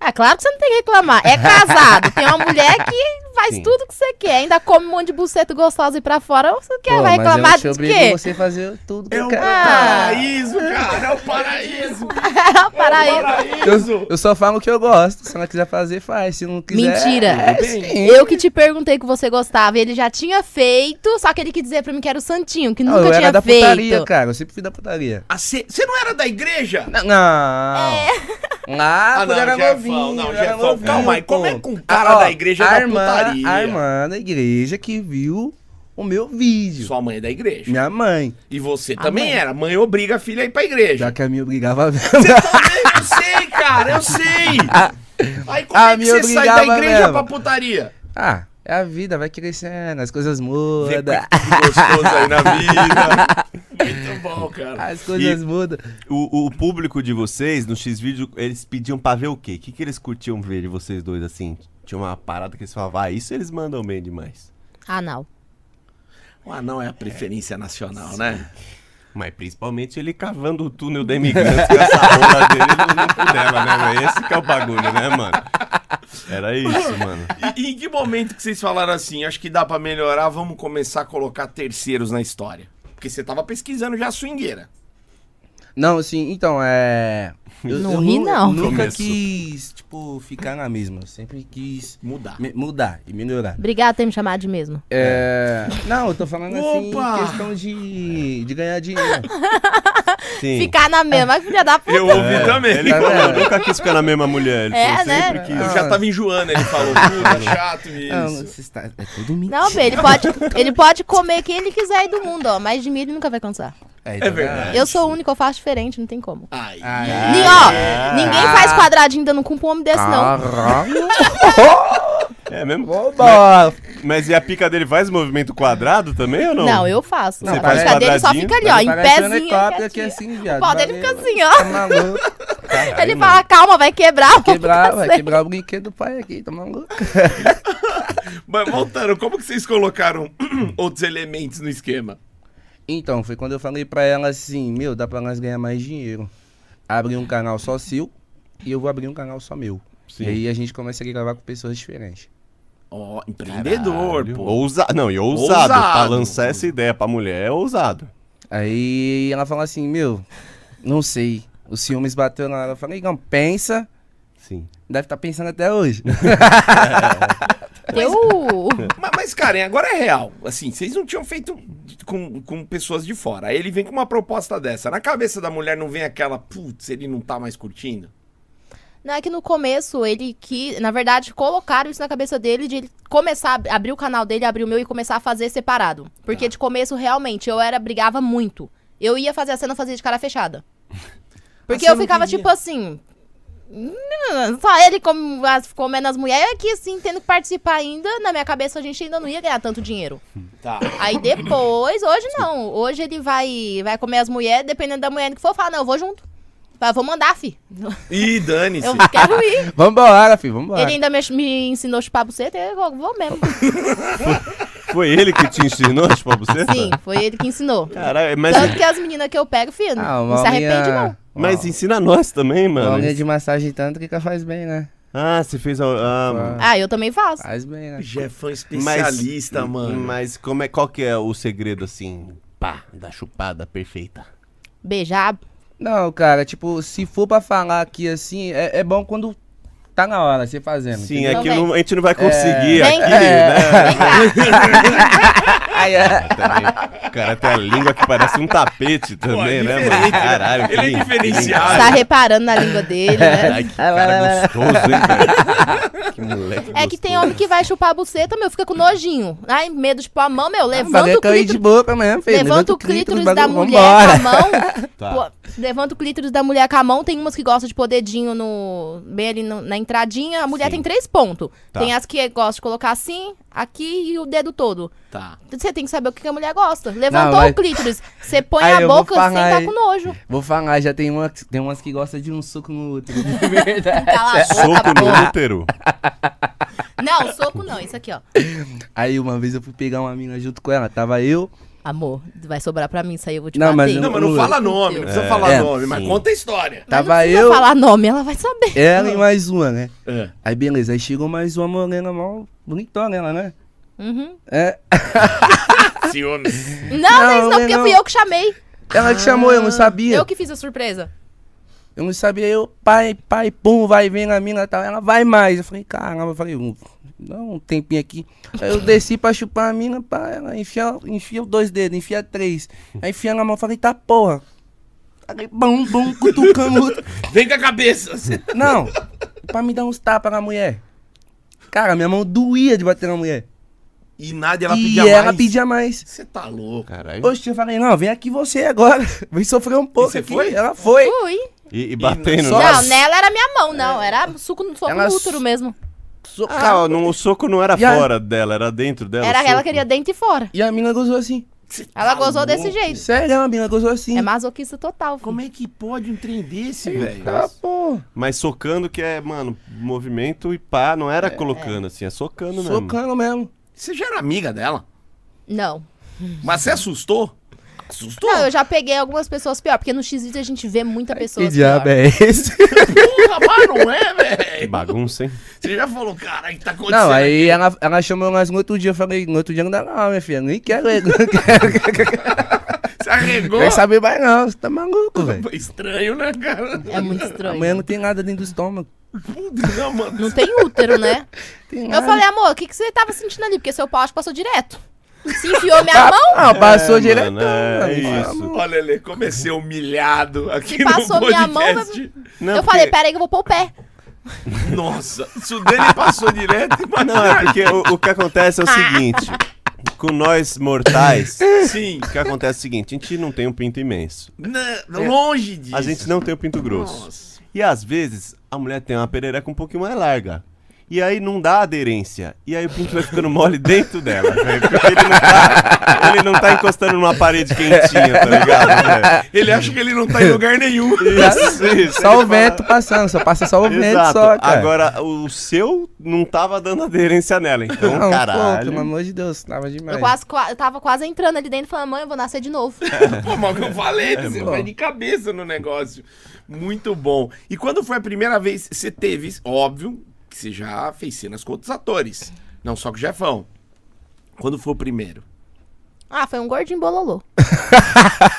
Ah, claro que você não tem que reclamar. É casado, tem uma mulher que faz Sim. tudo que você quer. Ainda come um monte de buceta gostosa e pra fora. Você quer, Pô, vai mas reclamar eu te de obrigo quê? Ah. você fazer tudo que É eu o quero. paraíso, cara. É o paraíso. É Paraíba. Paraíso. Eu só falo o que eu gosto. Se ela quiser fazer, faz. Se não quiser. Mentira. é, Tudo bem. sim. Eu que te perguntei que você gostava, ele já tinha feito, só que ele quis dizer pra mim que era o Santinho, que Não, nunca Ah, eu tinha era da feito. putaria, cara. Eu sempre fui da putaria. Você Ah, não era da igreja? Não. Lá, É. Ah, quando não, eu era Jefão, novinho. não, eu era Jefão, novinho, calma aí, pô. como é que um cara Ah, ó, da igreja é a da irmã, putaria? A irmã da igreja que viu o meu vídeo. Sua mãe é da igreja. Minha mãe. E você A também mãe. era. Mãe obriga a filha a ir pra igreja. Já que a minha obrigava a ver. Você também, eu sei, cara, eu sei. Aí como é Ah, que me você sai da obrigava igreja mesmo. pra putaria? Ah, é a vida, vai crescendo, as coisas Vê mudam. coisa que gostoso aí na vida. Muito bom, cara. As coisas mudam. O, o público de vocês no X-Vídeo, eles pediam pra ver o quê? O que, que eles curtiam ver de vocês dois assim? Tinha uma parada que eles falavam, ah, isso eles mandam bem demais. Ah, não. O anão é a preferência nacional, né? Mas principalmente ele cavando o túnel da imigrante com essa rola dele no limpo dela, né, velho? Esse que é o bagulho, né, mano? Era isso, mano. E, e em que momento que vocês falaram assim, acho que dá pra melhorar, vamos começar a colocar terceiros na história? Porque você tava pesquisando já a swingueira. Não, assim, então, é. Não ri, nu- não. Nunca Começo. quis, tipo, ficar na mesma. Eu Sempre quis Mudar. me- mudar e melhorar. Obrigada por ter me chamado de mesmo. É. Não, eu tô falando assim, Opa! questão de, de ganhar dinheiro. Sim. Ficar na mesma, filha da puta. Eu ouvi também. É, Ele Tá falou, vendo? nunca quis ficar na mesma mulher. Ele É, falou, assim, né? sempre quis. Eu já tava enjoando, ele falou, puta, chato Não, isso. você está- é tudo mentira. Não, bem, ele pode, ele pode comer quem ele quiser aí do mundo, ó. Mas de mim ele nunca vai cansar. É verdade. Eu sou único, eu faço diferente, não tem como. Ai. Ai, Ni- ó, ninguém faz quadradinho dando com um homem desse, Ah, não. Caralho. né? É mesmo? Oba! Mas e a pica dele faz movimento quadrado também ou não? Não, eu faço. Você a faz prática dele só quadradinho, fica ali, ó, em Parece um pezinho. é helicóptero aqui quietinho. assim, viado. O pau dele fica Valeu. assim, ó. Tá maluco. assim. Ele fala, calma, vai quebrar. o Quebrar, vai cacete. quebrar o brinquedo do pai aqui, tá maluco? Mas voltando, como que vocês colocaram outros elementos no esquema? Então, foi quando eu falei pra ela assim, meu, dá pra nós ganhar mais dinheiro. Abrir um canal só seu e eu vou abrir um canal só meu. E aí a gente começa a gravar com pessoas diferentes. Ó, empreendedor, pô. Ousa... Não, e ousado. Ousado. Pra lançar essa ideia pra mulher é ousado. Aí ela fala assim, meu, não sei. Os ciúmes bateu na hora. Eu falei, não, pensa. Sim. Deve estar pensando até hoje. Eu... Mas, mas, Karen, agora é real. Assim, vocês não tinham feito com, com pessoas de fora. Aí ele vem com uma proposta dessa. Na cabeça da mulher não vem aquela, putz, ele não tá mais curtindo? Não, é que no começo ele que, na verdade, colocaram isso na cabeça dele de ele começar a ab- abrir o canal dele, abrir o meu e começar a fazer separado. Tá. Porque de começo, realmente, eu era, brigava muito. Eu ia fazer a cena, eu fazia de cara fechada. Porque Ah, você eu não ficava queria. tipo assim. "Não, Só ele com, as- comendo as mulheres aqui, assim, tendo que participar ainda. Na minha cabeça, a gente ainda não ia ganhar tanto dinheiro. Tá. Aí depois, hoje não. Hoje ele vai, vai comer as mulheres, dependendo da mulher que for, fala, não, eu vou junto. Fala, Vou mandar, fi. Ih, dane-se. Eu quero ir. vambora, filho, vambora. Ele ainda me, me ensinou a chupar buceta, eu vou mesmo. Foi ele que te ensinou a chupar buceta? Sim, foi ele que ensinou. Caralho, mas, Tanto que as meninas que eu pego, filho, Ah, não uma se arrepende não. aulinha- mas ensina nós também, uma mano. aulinha é de massagem tântrica faz bem, né? Ah, você fez a... ah, Ah, eu também faço. Faz bem, né? Já é fã mas- hum, especialista, mano. Mas como é, qual que é o segredo, assim, pá, da chupada perfeita? Beijar. Não, cara, tipo, se for pra falar aqui assim, é, é bom quando tá na hora, você fazendo. Sim, é entendeu? Então aqui vem. não- a gente não vai conseguir Vem, aqui, é vem cá. Ai, é. né? O cara tem a língua que parece um tapete também, né, mano? é diferente, né? Caralho, que Ele é lindo. diferenciado. Tá reparando na língua dele, né? É. Ai, que cara gostoso, hein, velho? Que moleque É que tem homem que vai chupar a buceta, meu, fica com nojinho. Ai, medo de pôr a mão, meu, Falei levanta o que eu ia de clítoris. boca mesmo, filho. Levanta o clítoris da bagulho, mulher vambora. com a mão. Tá. Pô, levanta o clítoris da mulher com a mão. Tem umas que gostam de pôr dedinho no, bem ali no- na entradinha. A mulher Sim. tem três pontos. Tá. Tem as que gostam de colocar assim, aqui e o dedo todo. Tá. Você tem que saber o que que a mulher gosta. Levantou Não, mas- o clítoris, você põe Aí a eu vou boca sem falar, tá hein? com nojo. Vou falar, já tem, uma, tem umas que gostam de um soco no outro. De verdade. Cala a boca, Soco porra. no útero. Não, soco não, isso aqui, ó. Aí uma vez eu fui pegar uma mina junto com ela, tava eu. Amor, vai sobrar pra mim, isso aí eu vou te Não, bater. mas eu Não, mas mas não Ui. fala nome, não precisa É, falar é, nome, mas sim. conta a história. Tava não precisa eu, falar nome, ela vai saber. ela e mais uma, né? É. Aí beleza, aí chegou mais uma morena mal bonitona ela, né? Uhum. É. Ciúmes. Não, não, Não, isso não, porque não. fui eu que chamei. Ela que chamou, eu não sabia. Eu que fiz a surpresa. Eu não sabia, eu, pai, pai, pum, vai vendo a mina e tal. Ela vai mais. Eu falei, caramba, eu falei, um, dá um tempinho aqui. Aí eu desci pra chupar a mina, pá, ela enfia, enfia dois dedos, enfia três. Aí enfia na mão, eu falei, tá porra. Aí, bum, bum, cutucando. o outro. Vem com a cabeça. assim. Não, pra me dar uns tapas na mulher. Cara, minha mão doía de bater na mulher. E nada, ela e pedia ela mais. pedia mais. é Você tá louco. Caralho. Oxe, eu falei, não, vem aqui você agora. Vem sofrer um pouco. você aqui. foi? Ela foi. Fui. E, e batendo, Só- né? Não, nela era minha mão, não. Era suco, soco Ela no útero mesmo. Socava. Ah, não, o soco não era E a- fora dela, era dentro dela. Era o ela soco. queria dentro e fora. E a mina gozou assim. Cê tá Ela gozou desse louco. jeito. Sério, a mina gozou assim. É masoquista total. filho. Como é que pode um trem desse, velho? Tá, pô. Mas socando que é, mano, movimento e pá, não era colocando assim, é socando mesmo. Socando mesmo. Você já era amiga dela? Não. Mas você assustou? Assustou? Não, eu já peguei algumas pessoas pior, porque no X-Video a gente vê muita pessoa. é esse? Porra, mas não é, Que velho. bagunça, hein? Você já falou, caralho, que tá acontecendo? Não, né? aí ela, ela chamou nós no outro dia. Eu falei, no outro dia não dá não, minha filha. Nem quero, não quero. Você arregou? Quer saber mais não, você tá maluco, velho. Estranho, né, cara? É muito né, estranho. Amanhã não tem nada dentro do estômago. Putz, Não, mano. Não tem útero, né? Tem Eu nada. falei, amor, o que, que você tava sentindo ali? Porque seu pau acho que passou direto. Se enfiou minha mão, Ah, passou É, direto. mano, é mano. isso. Olha, Lê, comecei humilhado aqui Se no passou minha mão, podcast. Não, eu porque- falei, pera aí que eu vou pôr o pé. Nossa, isso dele passou direto e Ah. Não, é porque o, o que acontece é o seguinte. com nós mortais, Sim. o que acontece é o seguinte: a gente não tem um pinto imenso. Na- longe disso. É. A gente não tem o pinto grosso. Nossa. E às vezes a mulher tem uma perereca um pouquinho mais larga. E aí não dá aderência. E aí o pinto vai ficando mole dentro dela, velho. Porque ele não, tá, ele não tá encostando numa parede quentinha, tá ligado? velho? Ele acha que ele não tá em lugar nenhum. Isso, isso. Só o Ele fala- vento passando, só passa só o vento Exato. só, cara. Agora, o seu não tava dando aderência nela, então, Não, pô, caralho. pelo amor de Deus, tava demais. Eu, quase, qua- eu tava quase entrando ali dentro falando, mãe, eu vou nascer de novo. É. Pô, mas eu falei, você mano. vai de cabeça no negócio. Muito bom. E quando foi a primeira vez, você teve, óbvio, que você já fez cenas com outros atores. Não só com o Jefão. Quando foi o primeiro? Ah, foi um gordinho bololô.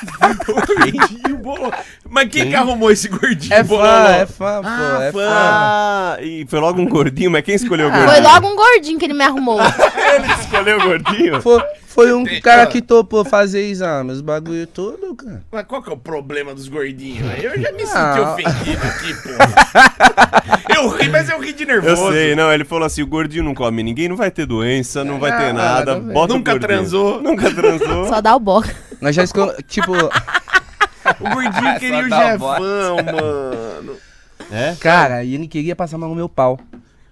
gordinho bololô. Mas quem que arrumou esse gordinho É bololô? fã, é fã, pô, Ah, é fã. fã. Ah, e foi logo um gordinho, mas quem escolheu o Ah. gordinho? Foi logo um gordinho que ele me arrumou. Ele escolheu o gordinho? Foi, foi um Tem- cara ah. que topou fazer exame, os bagulho todo, cara. Mas qual que é o problema dos gordinhos? Aí Eu já me senti Ah. ofendido aqui, pô. Eu ri, mas eu ri de Eu nervoso. sei, não, ele falou assim, o gordinho não come ninguém, não vai ter doença, não vai ter Ah, nada, nada, bota o Nunca gordinho. transou. Nunca transou. Só dá o boca. Nós já escol... tipo, O gordinho queria o dá uma Jefão, mano. É? cara, e ele queria passar a mão no meu pau.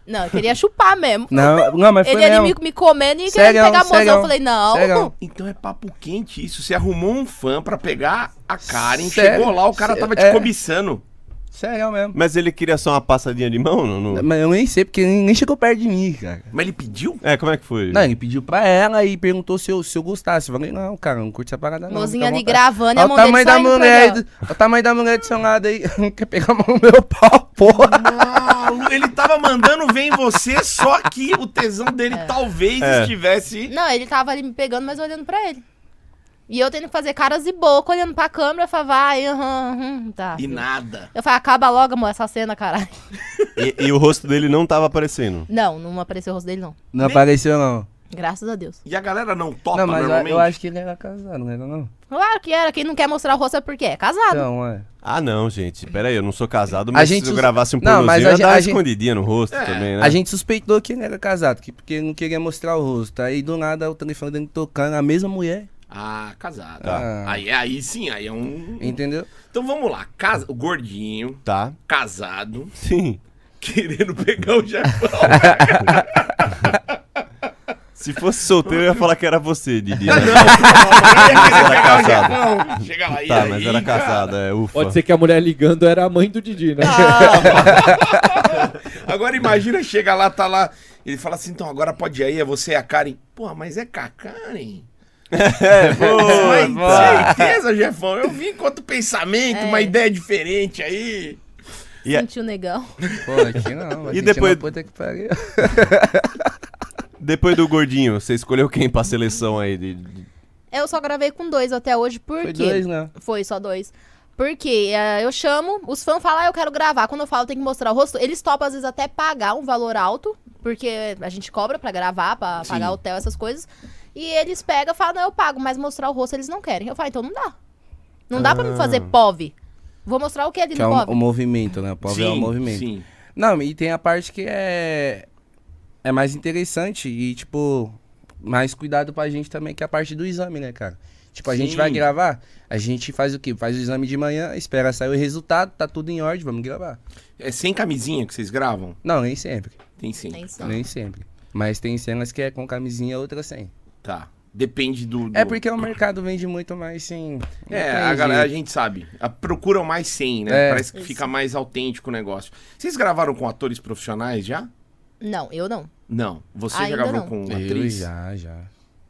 Não, eu queria chupar mesmo. Não, não, mas foi Ele é ali mesmo. me, me comendo e Sério, querendo pegar a mozão. sério. Eu falei, não. Sério. Então é papo quente isso. Você arrumou um fã pra pegar a Karen, Sério? chegou lá, o cara tava te É. cobiçando. Sério mesmo. Mas ele queria só uma passadinha de mão? No, no- Mas eu nem sei, porque ele nem chegou perto de mim, cara. Mas ele pediu? É, como é que foi? Não, ele pediu pra ela e perguntou se eu, se eu gostasse. Eu falei, não, cara, não curte essa parada não. Mozinha fica à ali vontade. gravando e a Tá Olha mão o dele tamanho da saindo pra mulher aí, ele, ó. do- olha o tamanho da mulher do seu lado aí. Quer pegar a mão no meu pau, porra. Malu- ele tava mandando ver em você, só que o tesão dele talvez É. estivesse. Não, ele tava ali me pegando, mas olhando pra ele. E eu tendo que fazer caras e boca, olhando pra câmera, eu falava, vai, aham, aham, tá. E nada. Eu falei, acaba logo, amor, essa cena, caralho. E, e o rosto dele não tava aparecendo. Não, não apareceu o rosto dele, não. Não apareceu, não. Graças a Deus. E a galera não topa Não, mas eu, normalmente? eu acho que ele era casado, não era não? Claro que era, quem não quer mostrar o rosto é porque é casado. Então, é. Ah, não, gente. Pera aí, eu não sou casado, A mas gente se eu usa- gravasse um Não, mas pornozinho, a eu gen- dava a uma gente- escondidinha no rosto É. também, né? A gente suspeitou que ele era casado, que- porque ele não queria mostrar o rosto. Aí do nada o telefone dele tocando, a mesma mulher, Ah, casado. Tá. Aí, aí sim, aí é um. entendeu? Então vamos lá. Casa... O gordinho, Tá, casado, sim. querendo pegar o Jefão. Se fosse solteiro, eu ia falar que era você, Didi. né? Não, não, não, Era pegar o casado. Jefão. Chega lá, e Tá, aí, mas era cara? casado, é, ufa. Pode ser que a mulher ligando era a mãe do Didi, né? Agora imagina, chega lá, tá lá. Ele fala assim, então agora pode ir aí, é você e a Karen. Pô, mas é com a Karen? É, pô, Mas, tá. certeza, Jefão. Eu vim com outro pensamento, É. uma ideia diferente aí. E a- Sentiu o um negão. Pô, aqui não, aqui tinha depois- uma puta que pariu. Depois do gordinho, você escolheu quem pra seleção aí? de- de- Eu só gravei com dois até hoje, por Foi quê? dois, né? Foi só dois. Porque eh, eu chamo, os fãs falam, ah, eu quero gravar. Quando eu falo, tem que mostrar o rosto. Eles topam, às vezes, até pagar um valor alto, porque a gente cobra pra gravar, pra Sim. pagar hotel, essas coisas. E eles pegam e falam, não, eu pago, mas mostrar o rosto eles não querem. Eu falo, então não dá. Não dá pra me fazer POV. Vou mostrar o que ali Ah. Que no é o, POV. o movimento, né? O pobre é o movimento. Sim. Não, e tem a parte que é. É mais interessante e, tipo, mais cuidado pra gente também, que é a parte do exame, né, cara? Tipo, a gente Sim. vai gravar, a gente faz o quê? Faz o exame de manhã, espera sair o resultado, tá tudo em ordem, vamos gravar. É sem camisinha que vocês gravam? Não, nem sempre. Tem um sim. Tem né? sim. Nem sempre. Mas tem cenas que é com camisinha, outras sem. Tá. Depende do. do- É porque o mercado vende muito mais sem. não É, tem a galera, a jeito. gente sabe. A- procuram mais sem, né? É. Parece que fica mais autêntico o negócio. Vocês gravaram com atores profissionais já? Não, eu não. Não. Você já Ainda gravou não. com Eu atriz? já, Tá. já.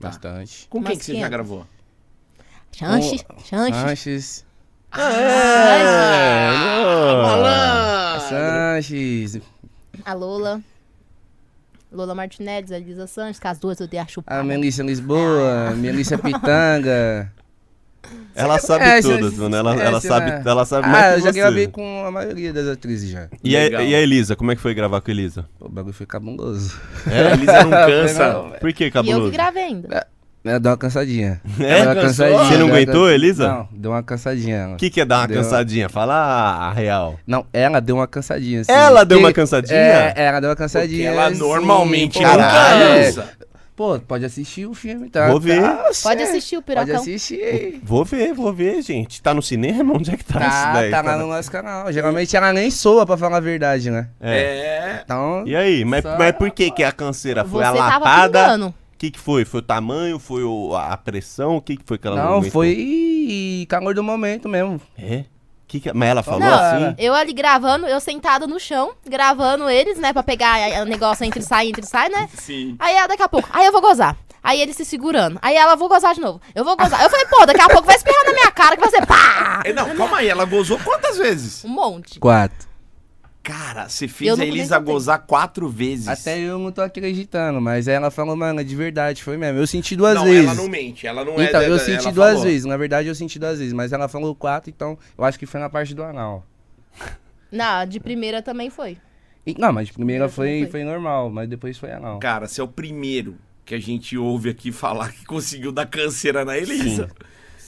Bastante. Com quem Mas que você quem já é? gravou? Chanches, Oh, chanches. Sanches. Ah, É, Ah, Malandro! Sanches. A Lola. Lola Martinez, a Elisa Sanches, que as duas eu dei a chupada. A Ah, Melissa Lisboa, Melissa Pitanga. Ela sabe É, todas, se- mano. Ela, é, ela se- sabe, é. ela sabe mais Ah, que eu já você. gravei com a maioria das atrizes já. E a, Legal. e a Elisa, como é que foi gravar com a Elisa? Pô, o bagulho foi cabuloso. É, Elisa não cansa. Por que, e eu que cabuloso? gravei É, ainda. Ela deu uma cansadinha. É? Deu uma Cansou? cansadinha. Você não deu uma aguentou, can- Elisa? Não, deu uma cansadinha. ela. O que, que é dar uma Deu- cansadinha? Fala a real. Não, ela deu uma cansadinha. assim. Ela deu uma Teve- cansadinha? É, ela deu uma cansadinha. Porque ela assim, né? normalmente pô, não caralho. cansa. Pô, pode assistir o filme, tá? Vou ver. Tá, Pode cê- assistir o Pode pirocão. assistir. Vou ver, vou ver, gente. Tá no cinema? Onde é que tá, isso Tá, daí? tá lá Tá- no nosso canal. Geralmente ela nem soa, pra falar a verdade, né? É. Então, E aí, mas, Só- mas por que que a canseira foi Você a tava lapada? pingando. O que que foi? Foi o tamanho? Foi o- a pressão? O que que foi que ela não, aguentou? foi calor do momento mesmo. É? Que que- Mas ela falou Não, assim? eu ali gravando, eu sentado no chão, gravando eles, né, pra pegar a- a- o negócio entre sai, entre sai, né? Sim. Aí ela, daqui a pouco, aí eu vou gozar. Aí ele se segurando. Aí ela, vou gozar de novo. Eu vou gozar. Eu falei, pô, daqui a pouco vai espirrar na minha cara que vai ser pá! É, Não, calma aí, ela gozou quantas vezes? Um monte. Quatro. Cara, você Eu fez não a Elisa comentei. gozar quatro vezes. Até eu não tô acreditando, mas ela falou, mano, é de verdade, foi mesmo. Eu senti duas não, vezes. ela não mente, ela não é... Então, eu ela senti falou. duas vezes. Na verdade, eu senti duas vezes, mas ela falou quatro, então eu acho que foi na parte do anal. Não, de primeira também foi. E- não, mas de primeira Primeira foi, também foi normal, mas depois foi anal. Cara, você é o primeiro que a gente ouve aqui falar que conseguiu dar câncer na Elisa.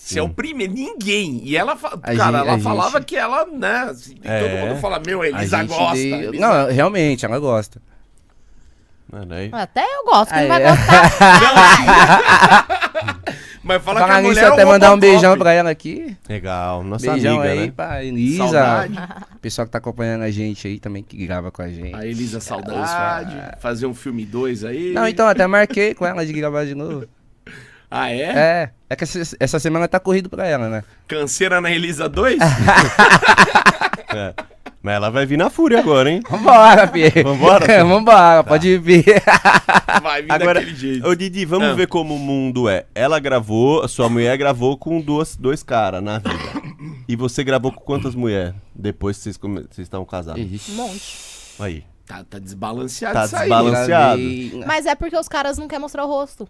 Você é o primeiro, ninguém. E ela, fa- A cara, gente- ela a falava gente- que ela, né? assim, É. Todo mundo fala, meu, a A Elisa gente gosta. deu- a Elisa- Não, realmente, ela gosta. Mano, aí- Até eu gosto, quem Aí, vai é. gostar. Mas fala que Falar a mulher nisso, é eu um até mandar um Robocop. beijão pra ela aqui. Legal, nossa Beijão amiga, aí né? pra Elisa. Saudade. O pessoal que tá acompanhando a gente aí também, que grava com a gente. A Elisa Ah. Saudade, fazer um filme 2 aí. Não, então, até marquei com ela de gravar de novo. Ah, é? É, é que essa, essa semana tá corrido pra ela, né? Canseira na Elisa 2? É. Mas ela vai vir na fúria agora, hein? Vambora, Fê. Vambora, Tá. Fê? Vambora, pode vir. Vai vir Agora, daquele jeito. ô Didi, vamos Ah. ver como o mundo é. Ela gravou, sua mulher gravou com duas, dois caras na vida. E você gravou com quantas mulheres depois que vocês come- vocês estão casados? Um monte. Aí. Tá, tá desbalanceado Tá isso aí. né? desbalan- Balanceado. Gravei- Mas é porque os caras não querem mostrar o rosto.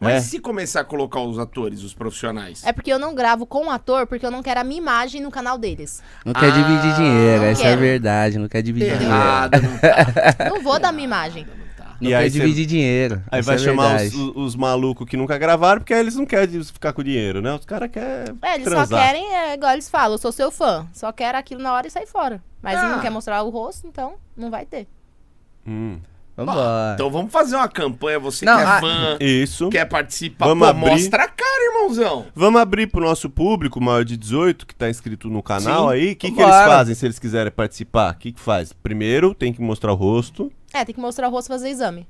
Mas É. se começar a colocar os atores, os profissionais? É porque eu não gravo com o ator, porque eu não quero a minha imagem no canal deles. Não quer dividir dinheiro, essa é a quero. verdade. Não quer dividir dinheiro. É. Errado, não tá, Não vou dar minha imagem. não tá. Não Ah, E quer aí cê- dividir dinheiro. Aí essa vai é a chamar os, verdade. os malucos que nunca gravaram, porque aí eles não querem ficar com dinheiro, né? Os caras querem. É, eles só transar. querem, é, igual eles falam, eu sou seu fã. Só quero aquilo na hora e sair fora. Mas Ah. não quer mostrar o rosto, então não vai ter. Hum. Vambora. Então vamos fazer uma campanha, você Não, que é a- fã, Isso. quer participar, ah, Vamos pô, abrir. mostra a cara, irmãozão. Vamos abrir pro nosso público maior de 18 que tá inscrito no canal Sim. aí. O que, que eles Vambora. fazem se eles quiserem participar? O que, que faz? Primeiro tem que mostrar o rosto. É, tem que mostrar o rosto e fazer exame.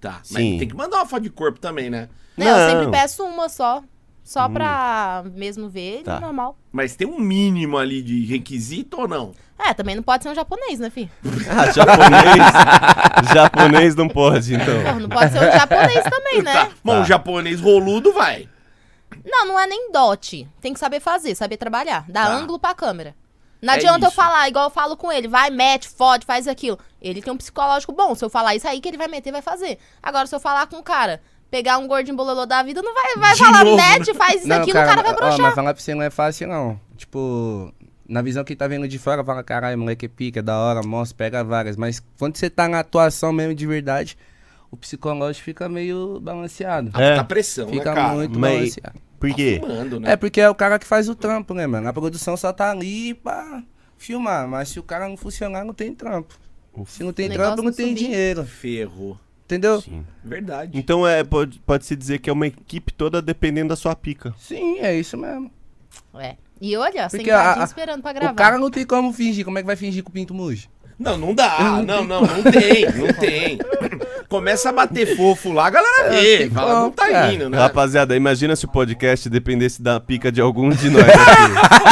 Tá, Sim. mas tem que mandar uma foto de corpo também, né? Né, Eu Não. sempre peço uma só. Só pra mesmo ver, Tá. normal. Mas tem um mínimo ali de requisito ou não? É, também não pode ser um japonês, né, fi? Ah, japonês. japonês não pode, Porra, então. não pode ser um japonês também, né? Tá, bom, Tá. um japonês roludo vai. Não, não é nem dote. Tem que saber fazer, saber trabalhar. Dar Tá. ângulo pra câmera. Não É adianta eu isso. falar, igual eu falo com ele, vai, mete, fode, faz aquilo. Ele tem um psicológico bom. Se eu falar isso aí que ele vai meter, vai fazer. Agora, se eu falar com o cara, pegar um gordinho bololô da vida, não vai, vai De falar, novo, mete, faz isso aquilo, o cara vai né? ó, broxar. mas falar pra você não é fácil, não. Tipo, na visão que tá vendo de fora, fala, caralho, moleque é pica, da hora, mostra, pega várias. Mas quando você tá na atuação mesmo de verdade, o psicológico fica meio balanceado. É. Tá pressão, Fica né, cara? muito Mas- balanceado. Por quê? Tá fumando, né? É porque é o cara que faz o trampo, né, mano? A produção só tá ali pra filmar, mas se o cara não funcionar, não tem trampo. Se não tem O negócio trampo, não não tem subir. dinheiro. Ferro. Entendeu? Sim. Verdade. Então é, pode- pode-se dizer que é uma equipe toda dependendo da sua pica. é isso mesmo. É. E olha, Porque sentadinho a- a- esperando pra gravar. O cara não tem como fingir. Como é que vai fingir com o pinto murcho? Não, não dá. Não, não, não tem, não tem. Começa a bater fofo lá, a galera vê. Fala, não tá É. indo, né? Rapaziada, imagina se o podcast dependesse da pica de algum de nós aqui.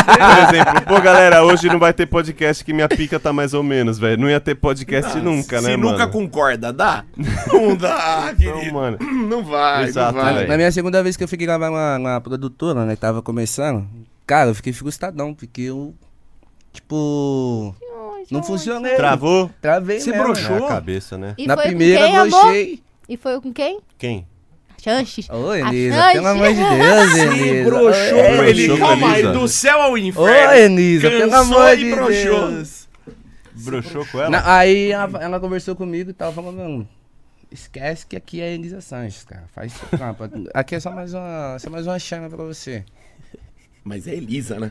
Por exemplo, pô, galera, hoje não vai ter podcast que minha pica tá mais ou menos, velho. Não ia ter podcast nunca, Ah, né, Se mano? nunca concorda, dá? Não dá, querido. Então, mano. Não vai, Exato, não vai. né, velho? Na minha segunda vez que eu fiquei gravar na, na produtora, né? que Tava começando. Cara, eu fiquei frustradão, porque eu. Tipo. Não funcionei. Travou? Travei, Você mesmo. broxou? Na cabeça, né? E Na foi primeira com quem, amor? brochei. E foi com quem? Quem? Chanche. Ô, A Elisa, Chanche. pelo amor de Deus, Se Elisa. broxou Ô, com ele, Broxou calma com aí, Elisa. do céu ao Ô, inferno. Elisa, pelo Cansou amor e de broxou. Deus. Broxou com ela? Na- aí ela, ela conversou comigo e tal, falou, mano, esquece que aqui é Elisa Sanches, cara. Faz seu trampo. Aqui é só mais uma. Só mais uma chana pra você. Mas é Elisa, né?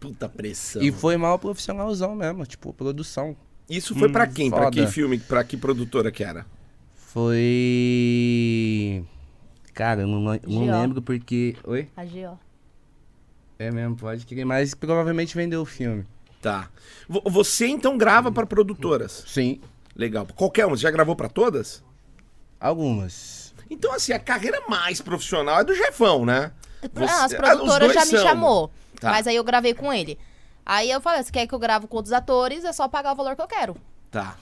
Puta pressão. E foi mal profissionalzão mesmo, tipo, produção. Isso foi pra quem? Pra foda. que filme? Pra que produtora que era? Foi. Cara, eu não, não G.O. lembro porque. Oi? A G.O. É mesmo, pode querer, mas provavelmente vendeu o filme. Tá. Vo- Você então grava pra produtoras. Sim, Legal. Qualquer uma, você já gravou pra todas? algumas. Então, assim, a carreira mais profissional é do chefão, né? Você- Ah, as Ah, os produtoras dois já me são. chamou. Tá. Mas aí eu gravei com ele. Aí eu falei, "Ah, você quer que eu gravo com outros atores? É só pagar o valor que eu quero. Tá.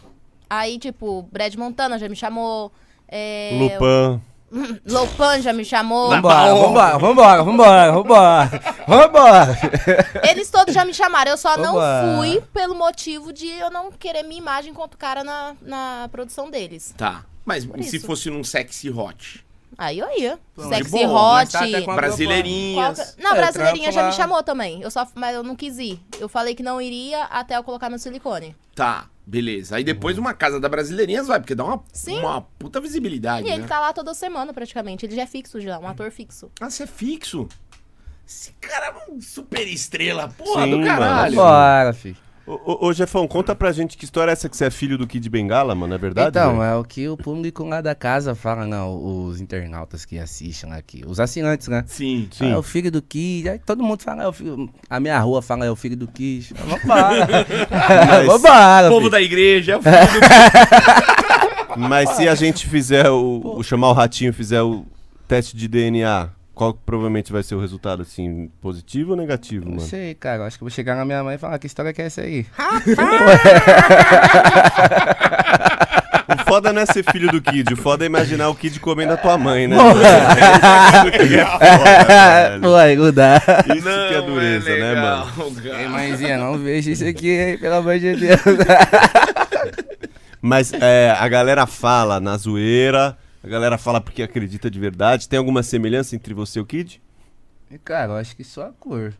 Aí, tipo, Brad Montana já me chamou. É... Lupan. Lopan já me chamou. Vambora, vambora, vambora, vambora, vambora, vambora. Eles todos já me chamaram. Eu só não Oba. fui pelo motivo de eu não querer minha imagem quanto cara na, na produção deles. Tá. Mas se isso. fosse num sexy hot? Aí eu ia. Bom, Sexy de boa, Hot. mas tá até é com a- qual Brasileirinhas. que- Não, a É, brasileirinha trampo já lá. me chamou também. Eu só, mas eu não quis ir. Eu falei que não iria até eu colocar meu silicone. Tá, beleza. Aí Uhum. depois uma casa da Brasileirinhas vai, porque dá uma, Sim. uma puta visibilidade, E ele né? tá lá toda semana, praticamente. Ele já é fixo já, um ator fixo. Ah, você é fixo? Esse cara é um super estrela, porra Sim, do mano. caralho. Vambora, filho. Ô, ô, ô, Jefão, conta pra gente que história é essa que você é filho do Kid Bengala, mano, é verdade? Então, velho? é o que o público lá da casa fala, não, os internautas que assistem aqui, os assinantes, né? Sim. Ah, É o filho do Kid, aí todo mundo fala, é o filho... a minha rua fala, é o filho do Kid. Vambora, Mas- vambora, O povo filho. da igreja, é o filho Mas se a gente fizer o, o chamar o ratinho, fizer o teste de DNA, qual que provavelmente vai ser o resultado, assim, positivo ou negativo, Não mano? sei, cara, acho que eu vou chegar na minha mãe e falar, que história que é essa aí? O foda não é ser filho do Kid, o foda é imaginar o Kid comendo a tua mãe, né? Isso que é foda, Vai, grudar. velho. do... Isso que é dureza, né, mano? Ei, mano? mãezinha, não veja isso aqui, hein, pelo amor de Deus. Mas é, a galera fala na zoeira, a galera fala porque acredita de verdade. Tem alguma semelhança entre você e o Kid? E, Cara, eu acho que só a cor.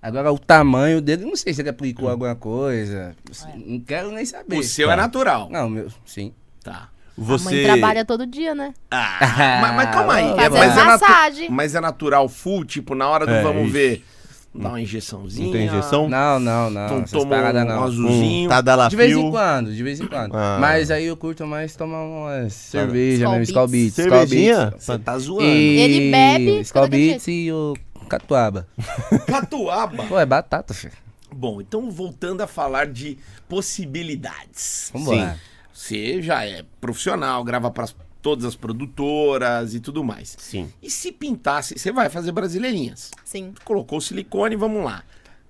Agora, o tamanho dele, não sei se ele aplicou alguma coisa. Assim, Não quero nem saber. O seu é natural. Não, meu, sim. Tá. A mãe Você trabalha todo dia, né? Ah, mas, mas calma aí. Ah, é, Fazendo mas, é natu- massagem. mas é natural full, tipo, na hora do É, vamos isso. ver, dá uma injeçãozinha. não tem injeção? Não, não, não. Então essas toma paradas um não. azulzinho. tá da De vez em quando, de vez em quando. Ah. Mas aí eu curto mais tomar uma cerveja Skol mesmo, Skol Beats. Skol Beats. Cervejinha? Você tá zoando. E... Ele bebe, Skol fica daquele Beats e o catuaba. Catuaba. Pô, é batata, filho. Bom, então voltando a falar de possibilidades. Vamos lá. Você já é profissional, grava para todas as produtoras e tudo mais. Sim. E se pintasse, você vai fazer brasileirinhas. Sim. Colocou o silicone, vamos lá.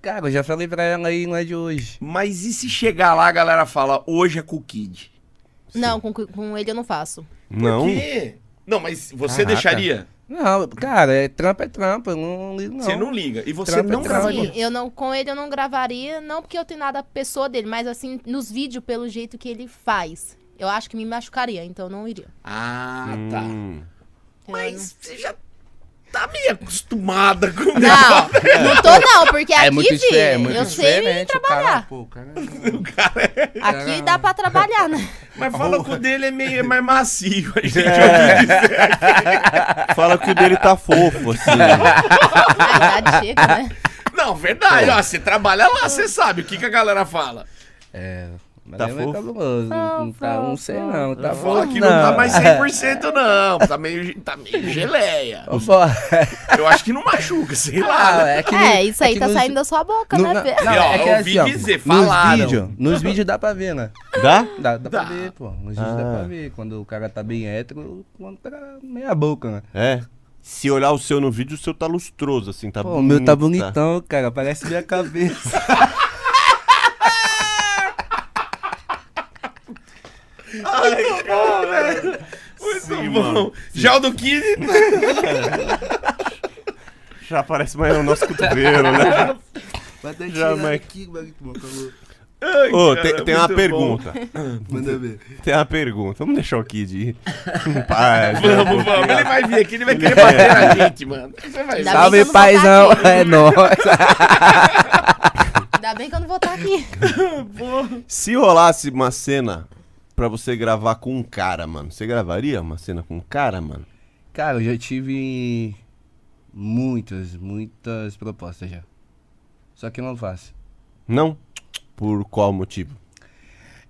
Cara, eu já falei pra ela aí, não é de hoje. Mas e se chegar lá, a galera fala, hoje é com o Kid? Não, com, com ele eu não faço. Não. Por quê? Não, mas você Caraca. deixaria? Não, cara, é trampa é trampa, eu não ligo não. Você não liga. E você Trampa é não trampa. grava. Sim, Assim, eu não, com ele eu não gravaria, não porque eu tenho nada a pessoa dele, mas assim, nos vídeos, pelo jeito que ele faz. Eu acho que me machucaria, então eu não iria. Ah, tá. Hum. Eu Mas você já tá meio acostumada com o Não, negócio. não tô não, porque aqui, filho, diferente, é muito eu sei me diferente, o cara- trabalhar. pô, o cara- Aqui dá pra trabalhar, né? Mas fala que o dele é meio é mais macio. A gente é Fala que o dele tá fofo, assim. A idade chega, né? Não, verdade. Ó, você trabalha lá, você sabe o que, que a galera fala. É, mas Tá é meio fofo? cabuloso, Não, não tá, não sei não, tá Fala fofo que não, tá não. mais 100% não. Tá meio, tá meio geleia. Ô, fora. Eu acho que não machuca, sei lá. Ah, né? é que É, no- isso aí que tá nos- saindo da sua boca, no- né? na- Pedro? não, Ó, é que eu é ouvi assim, ó, dizer, nos falaram. vídeos, nos vídeos dá pra ver, né? Dá? Dá, dá pra Dá. ver, pô. Nos vídeos Ah. dá pra ver. Quando o cara tá bem hétero, quando tá meia boca, né? É. Se olhar o seu no vídeo, o seu tá lustroso, assim, tá Pô, o meu tá bonito, bonitão, cara, parece minha cabeça. né? Muito bom. Já o do né? 15. Já parece mais o nosso cotovelo, né? Vai até Já, tirar Mike. tá aqui, Mike, pô, acabou. Ai, Ô, cara, tem, tem uma muito bom. pergunta. Manda ver. Tem uma pergunta. Vamos deixar o Kid ir. Paz, né? Vamos, vamos. Ele vai vir aqui, ele vai querer bater na gente, mano. Você vai ver. Dá- Ainda bem que eu não Salve, vou tá paizão. aqui. É nóis. Ainda bem que eu não vou estar aqui. Se rolasse uma cena pra você gravar com um cara, mano, você gravaria uma cena com um cara, mano? Cara, eu já tive muitas, muitas propostas já. Só que eu não faço. Não? Por qual motivo?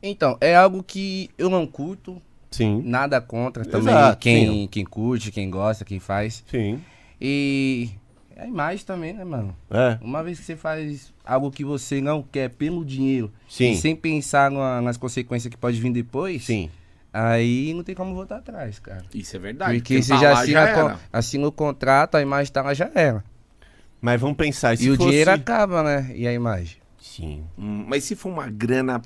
Então, é algo que eu não curto, Sim. Nada contra também Exato, quem, sim. quem curte, quem gosta, quem faz. Sim. E a imagem também, né, mano? É. Uma vez que você faz algo que você não quer pelo dinheiro, Sim. e sem pensar na- nas consequências que pode vir depois, Sim. aí não tem como voltar atrás, cara. Isso é verdade. Porque você tá já lá, assina, já co- era. assina o contrato, a imagem tá lá, já era. Mas vamos pensar, E, se o fosse... dinheiro acaba, né? E a imagem? Sim. Hum, mas se for uma grana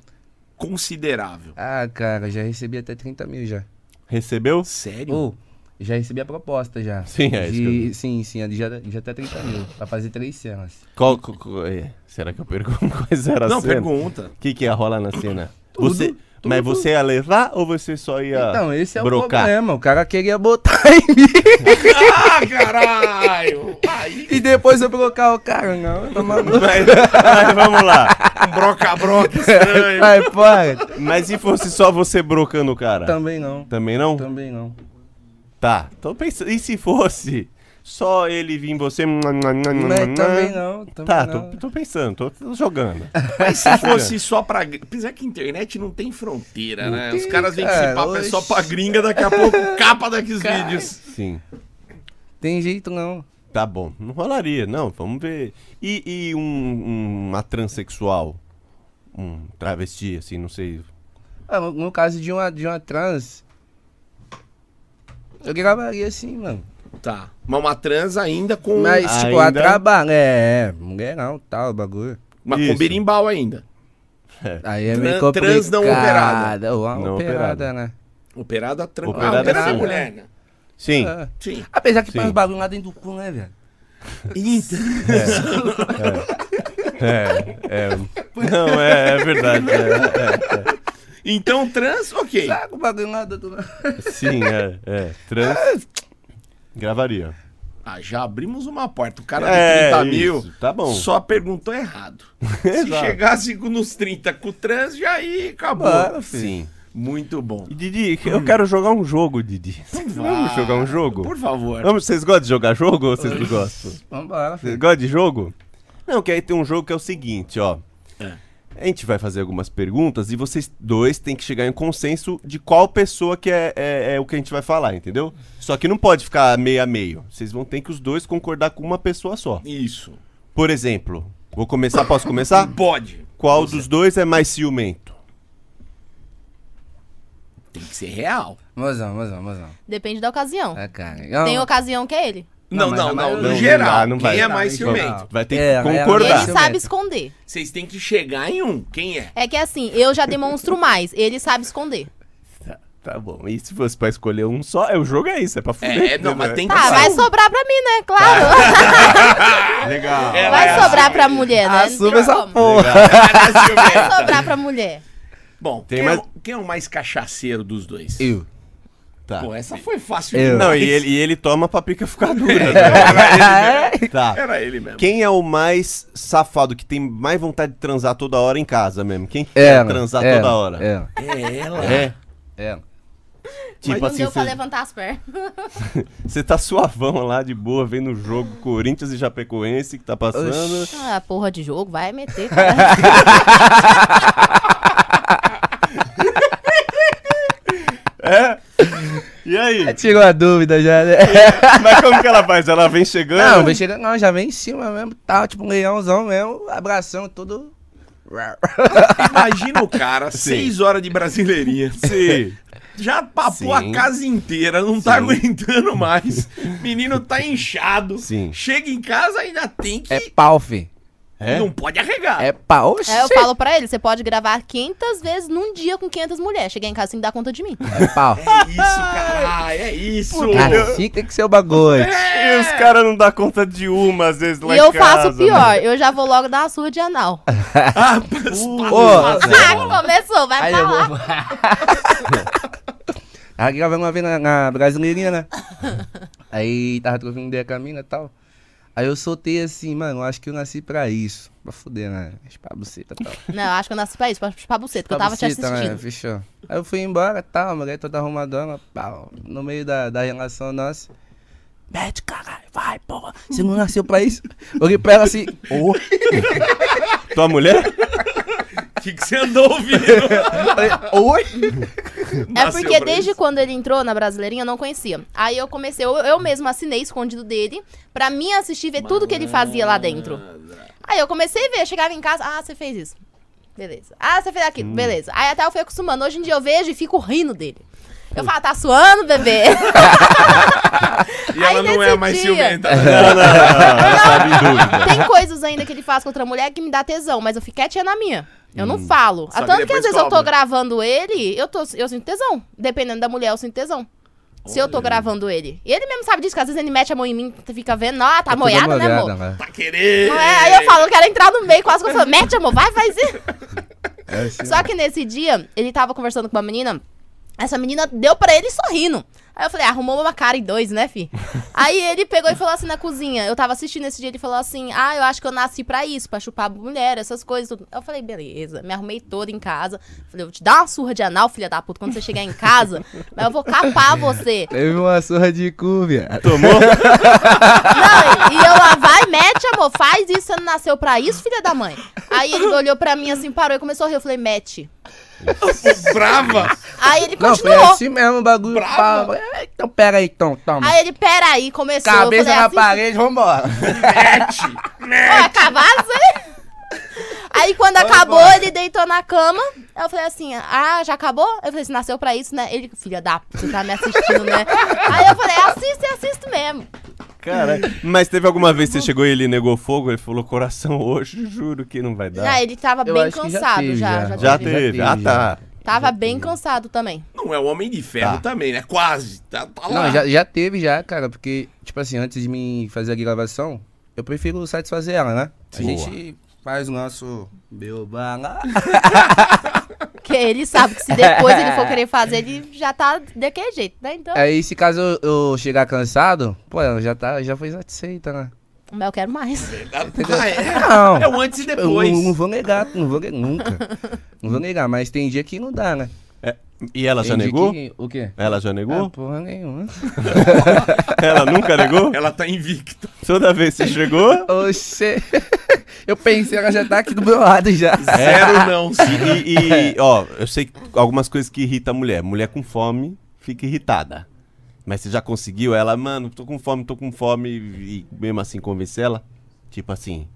considerável. Ah, cara, já recebi até 30 mil já. Recebeu? Sério? Ou, já recebi a proposta já. Hum. Sim, é isso que eu- de, Sim, sim, de, já, de até 30 mil, pra fazer três cenas. Qual, qual- qual- é, será que eu pergunto quais eram não, as cenas? pergunta. O que, que ia rolar na cena? Você, Mas você ia levar ou você só ia Então, esse é o brocar? problema, o cara queria botar em mim. ah, caralho! Aí, E depois eu colocar o cara, não, tá maluco. Mas, mas vamos lá. um broca-broca estranho. Vai, pode. Mas se fosse só você brocando o cara? Também não, Também não? também não. Tá. Tô pensando. E se fosse só ele vir em você? Mas também não, também Tá, não. tô, tô pensando, tô, tô jogando. Mas se fosse só pra. gr- Apesar que internet não tem fronteira, né? Os caras vêm que esse cara, papo é só oxe. pra gringa, daqui a pouco capa daqueles vídeos. Sim. Tem jeito não. Tá bom. Não rolaria, não. Vamos ver. E, e um- um- uma transexual? Um travesti, assim, não sei. Ah, no, no caso de uma, de uma trans, eu gravaria assim, mano. Tá. Mas uma trans ainda com. Mas, tipo, a ainda- trabalho, é, é, mulherão, tal, o bagulho. Mas Isso. com berimbau ainda. Aí é Tran- meio complicado. trans não operada. Ou a Não operada, operada. né? Operada trans. Operada ah, operada sim. mulher, né? Sim. É. Sim. Apesar que põe Sim. os bagulho lá dentro do cu, né, velho? Então, É, é. Não, é, é verdade. É, Então trans, ok. Saca o Tá bagulho lá dentro do... é. Sim, é, é. Trans. Gravaria. Ah, já abrimos uma porta. O cara É, de 30 isso, mil tá bom. só perguntou errado. Se Exato. chegasse com- nos 30 com o trans, já aí acabou. Sim. Muito bom. E, Didi, eu quero jogar um jogo, Didi. Vamos jogar um jogo? Ah, Por favor. Vamos, vocês gostam de jogar jogo ou vocês não gostam? Vambora, Vocês filho. gostam de jogo? Não, que aí tem um jogo que é o seguinte, ó. É. A gente vai fazer algumas perguntas e vocês dois têm que chegar em um consenso de qual pessoa que é, é, é o que a gente vai falar, entendeu? Só que não pode ficar meio a meio. Vocês vão ter que os dois concordar com uma pessoa só. Isso. Por exemplo, vou começar, posso começar? Pode. Qual dos dois é mais ciumento? Tem que ser real. Mozão, mozão, mozão. Depende da ocasião. É, cara. Tem ocasião que é ele. Não, Não, mas não, a não. maioria- No Não, geral, não, não vai. quem é mais Não, não. ciumento? Vai ter É, que é, E concordar. Verdade. ele sabe Ciumento. esconder. Vocês têm que chegar em um. Quem é? É que assim, eu já demonstro mais, ele sabe esconder. Tá, tá bom. E se fosse pra escolher um só, é, o jogo é isso, é pra fuder. É, não, mas tem que Tá, vai sobrar pra mim, né? Claro. Ela Legal. é Vai sobrar ciumenta. pra mulher, né? Não Assume tem essa como. porra. Ela é Vai ciumenta. sobrar pra mulher. Bom, Tem quem, mais- é, o- quem é o mais cachaceiro dos dois? Eu. Tá. Pô, essa foi fácil. Eu. demais. Não, e ele, e ele toma pra pica ficar dura. né? Tá. Era ele mesmo. Quem é o mais safado, que tem mais vontade de transar toda hora em casa mesmo? Quem que Ela, quer transar ela, toda hora? Ela, É ela. É. ela. Mas um Tipo não assim, deu pra você- levantar as pernas. você tá suavão lá de boa, vendo o jogo Corinthians e Chapecoense que tá passando. Ah, porra de jogo, vai meter. cara. E aí? Tirou a dúvida já, né? Mas como que ela faz? Ela vem chegando? Não, vem chegando, não, já vem em cima mesmo, tal, tipo um leãozão mesmo, abração, todo... Imagina o cara, seis horas de brasileirinha. Sim. Já papou Sim. a casa inteira, não tá Sim. aguentando mais. Menino tá inchado. Sim. Chega em casa, ainda tem que. É pau, fi. É? Não pode arregar. É pau, oxi. Aí eu falo pra ele, você pode gravar 500 vezes num dia com 500 mulheres. Chegar em casa sem dar conta de mim. É pau. É isso, cara. É isso. Assim tem que ser o bagulho. E os caras não dá conta de uma, às vezes, lá É. e em eu casa, né? faço pior, eu já vou logo dar uma surra de anal. Ah, pô, Ô, Ah, começou, vai Aí pra eu lá. vou. Aí gravando uma vez na, na brasileirinha, né? Aí tava trocando ideia com a mina e tal. Aí eu soltei assim, mano, eu acho que eu nasci pra isso. Pra fuder, né? Pra buceta e tal. Não, eu acho que eu nasci pra isso, pra chupar buceta, que eu Pra tava te buceta, né? assistindo. Fechou. Aí eu fui embora e tal, a mulher toda arrumadona, pau. No meio da, da relação nossa. Mete, caralho, vai, porra. Você não nasceu pra isso? Eu olhei pra ela assim, ô. Tua mulher? O que, que você andou ouvindo? Falei, Oi? É Nasceu porque pra desde isso. quando ele entrou na Brasileirinha eu não conhecia. Aí eu comecei, eu, eu mesma assinei escondido dele pra mim assistir e ver tudo que ele fazia lá dentro. Aí eu comecei a ver, eu chegava em casa, ah, você fez isso. Beleza. Ah, você fez Hum. aquilo, beleza. Aí até eu fui acostumando. Hoje em dia eu vejo e fico rindo dele. Hum. Eu falo, tá suando, bebê? E ela não é nesse mais dia- ciumenta. Não, não, não, não, Ah, sabe em dúvida. Tem coisas ainda que ele faz com outra mulher que me dá tesão, mas eu fico quietinha na minha. Eu não falo. Hum. Só que Tanto que às depois vezes eu tô cobra. gravando ele, eu, tô, eu sinto tesão. Dependendo da mulher, eu sinto tesão. Se eu tô gravando ele. E ele mesmo sabe disso, que às vezes ele mete a mão em mim, tu fica vendo, ah, É tá moiada, né, amor? Tá querendo. Não é? Aí eu falo, eu quero entrar no meio, quase que eu falo, mete, amor, vai, faz isso. É assim. Só que nesse dia, ele tava conversando com uma menina, essa menina deu pra ele sorrindo. Aí eu falei, "Ah, arrumou uma cara e dois, né, fi? Aí ele pegou e falou assim na cozinha. Eu tava assistindo esse dia, ele falou assim: Ah, eu acho que eu nasci pra isso, pra chupar mulher, essas coisas. tudo." Eu falei, beleza, me arrumei toda em casa. Falei, eu vou te dar uma surra de anal, filha da puta, quando você chegar em casa, mas eu vou capar você. Teve uma surra de cu, viado. Tomou? Não, e eu lá, vai, mete, amor, faz isso, você não nasceu pra isso, filha da mãe. Aí ele olhou pra mim assim, parou e começou a rir. Eu falei, mete. Brava. Aí ele Não, foi continuou. assim mesmo o bagulho. Brava. pá, é, então pega aí, então, toma. Aí ele, peraí, começou. eu Cabeça falei na assim, parede, vambora. Mete. Ó, é cavalo, hein? Aí quando acabou, ele deitou na cama. Eu falei assim, ah, já acabou? Eu falei assim, nasceu pra isso, né? Ele, filha da puta, você tá me assistindo, né? Aí eu falei, assiste, assisto mesmo. Cara, mas teve alguma vez que você chegou e ele negou fogo? Ele falou, coração hoje, juro que não vai dar. Ah, ele tava Eu bem acho que já cansado teve, já. já. Já teve, teve. já Ah, teve, tá. Tava bem cansado também. Não é o Homem de Ferro Tá. também, né? Quase. Tá, tá lá. Não, já, já teve já, cara, porque, tipo assim, antes de mim fazer a gravação, eu prefiro satisfazer ela, né? A gente faz o nosso beobá lá. Porque ele sabe que se depois ele for querer fazer, ele já tá daquele jeito, né? Então. É. Aí, se caso eu, eu chegar cansado, pô, ela já, tá, já foi satisfeita, né? Mas eu quero mais. Ah, é. Não, É o antes e eu depois. não vou negar, não vou negar, nunca. não vou negar, mas tem dia que não dá, né? É, E Tá ela já Tem dia negou? que- o quê? Ela já Ah, negou? porra nenhuma. Ela nunca negou? Ela tá invicta. Toda vez que você chegou? Oxê. Eu pensei, ela já tá aqui do meu lado já. Zero não. sim. E, e- e, ó, eu sei que algumas coisas que irritam a mulher. Mulher com fome fica irritada. Mas você já conseguiu ela, mano, tô com fome, tô com fome, e mesmo assim convencer ela? Tipo assim.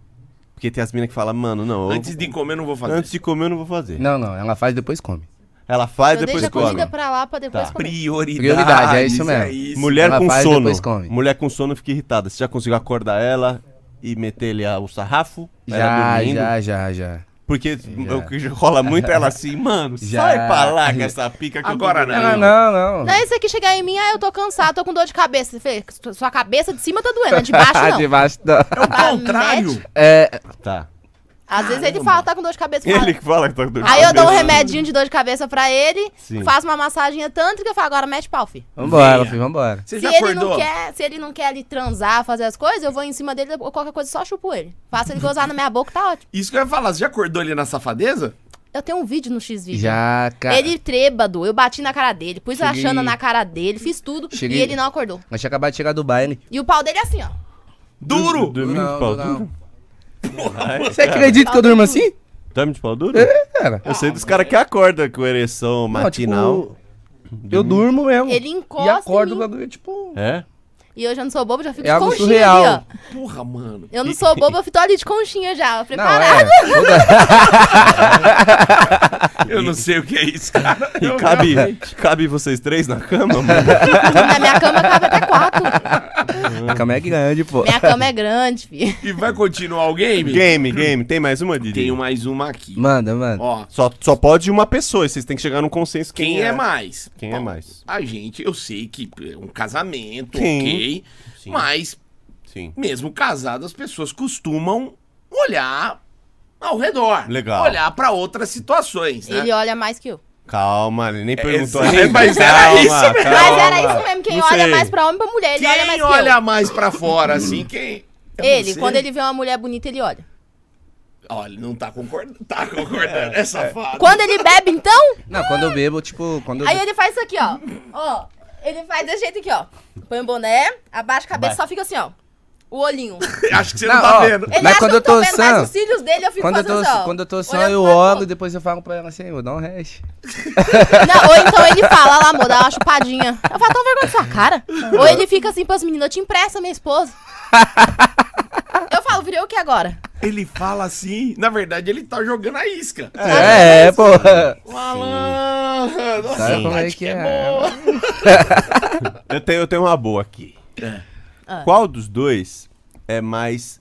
Porque tem as meninas que falam, mano, não. eu- Antes de comer, eu não vou fazer. antes de comer eu não vou fazer. Não, não, ela faz depois come. Ela faz, eu deixo depois Então, a comida come. pra lá pra depois Tá. comer. Prioridade. Prioridade, é isso mesmo. Mulher Ela com faz, sono. depois come. Mulher com sono fica irritada. Você já conseguiu acordar ela e meter ele o sarrafo? ela Já, dormindo? já, já, já. Porque o que rola muito é ela assim, mano, Já. sai pra lá com essa pica que eu tô Agora doendo." Não, Ah, não, É, Não, esse aqui chegar em mim, ah, eu tô cansado, tô com dor de cabeça. Eu falei, Sua cabeça de cima tá doendo, a de baixo não. de baixo não. É o contrário. É, Tá. Às vezes ele fala, tá com dor de cabeça. eu falo- Ele que fala que tá com dor de Aí eu dou um cabeça. remedinho de dor de cabeça pra ele, Sim. faço uma massagem tântrica e falo, agora mete pau, fi. vambora, Venha. filho, vambora. Você Se já ele, não acordou? quer, se ele não quer ali transar, fazer as coisas, eu vou em cima dele ou qualquer coisa, só chupo ele. Faço ele gozar na minha boca, tá ótimo. Isso que eu ia falar. Você já acordou ele na safadeza? Eu tenho um vídeo no X-Video. Já, cara. Ele trêbado, eu bati na cara dele, pus a Cheguei- chana na cara dele, fiz tudo Cheguei- e ele não acordou. Nós tinha acabado de chegar do baile. E o pau dele é assim, ó. Duro! Dormindo de Não, pau não. duro? Você acredita que eu durmo assim? É, Dorme de pau duro? Cara. Eu sei dos caras que acordam com ereção Não, matinal. tipo, eu durmo mesmo. Ele E encosta. acorda em o mim, bagulho, tipo. É? E eu já não sou bobo, já fico É de algo conchinha surreal. ali, ó. Porra, mano. Eu não sou bobo, eu fico ali de conchinha já, Não, preparado. é. toda- Eu não sei o que é isso, cara. E cabe, cabe vocês três na cama, mano? é. Na minha cama cabe até quatro. A cama é grande, pô. Minha cama é grande, filho. E vai continuar o game? game, game. Tem mais uma, Didi? Tenho mais uma aqui. Manda, mano. Ó, Só, só pode uma pessoa, e vocês têm que chegar num consenso quem, quem, é mais? Quem Bom, é mais? A gente, eu sei que é um casamento, Sim. ok. Sim. Mas, Sim. mesmo casado, as pessoas costumam olhar ao redor. Legal. Olhar pra outras situações, né? Ele olha mais que eu. Calma, ele nem perguntou esse- ainda. É, mas era Calma, isso mesmo. calma. Mas era isso mesmo, quem Não olha sei. mais pra homem e pra mulher, ele Quem olha mais que olha mais pra fora, assim, quem... Eu eu. Ele, não sei. quando ele vê uma mulher bonita, ele olha. Olha, não tá concordando. Tá concordando, é safado. Quando ele bebe, então, Não, quando eu bebo, tipo, quando eu aí ele faz isso aqui, ó. Ó, ele faz desse jeito aqui, ó. Põe o boné, abaixa a cabeça, só fica assim, ó. O olhinho. Acho que você não, Não, tá ó, vendo. Ele Mas acha quando que eu eu tô, tô vendo sã- mais os cílios dele, eu fico Quando eu, fazendo tô, só. quando eu tô só, Olhando eu pra oro foto. e depois eu falo pra ela assim, "Ei, amor, dá um hash. Não, ou então ele fala, lá, amor, dá uma chupadinha. Eu falo, tão vergonha da sua cara. Ou ele fica assim pras meninas, eu te empresta minha esposa. Eu falo, virei o que agora? Ele fala assim, na verdade ele tá jogando a isca. É, pô. Malandro, nossa, Sabe como é tática que é é? boa. Eu tenho, eu tenho uma boa aqui. É. Ah. Qual dos dois é mais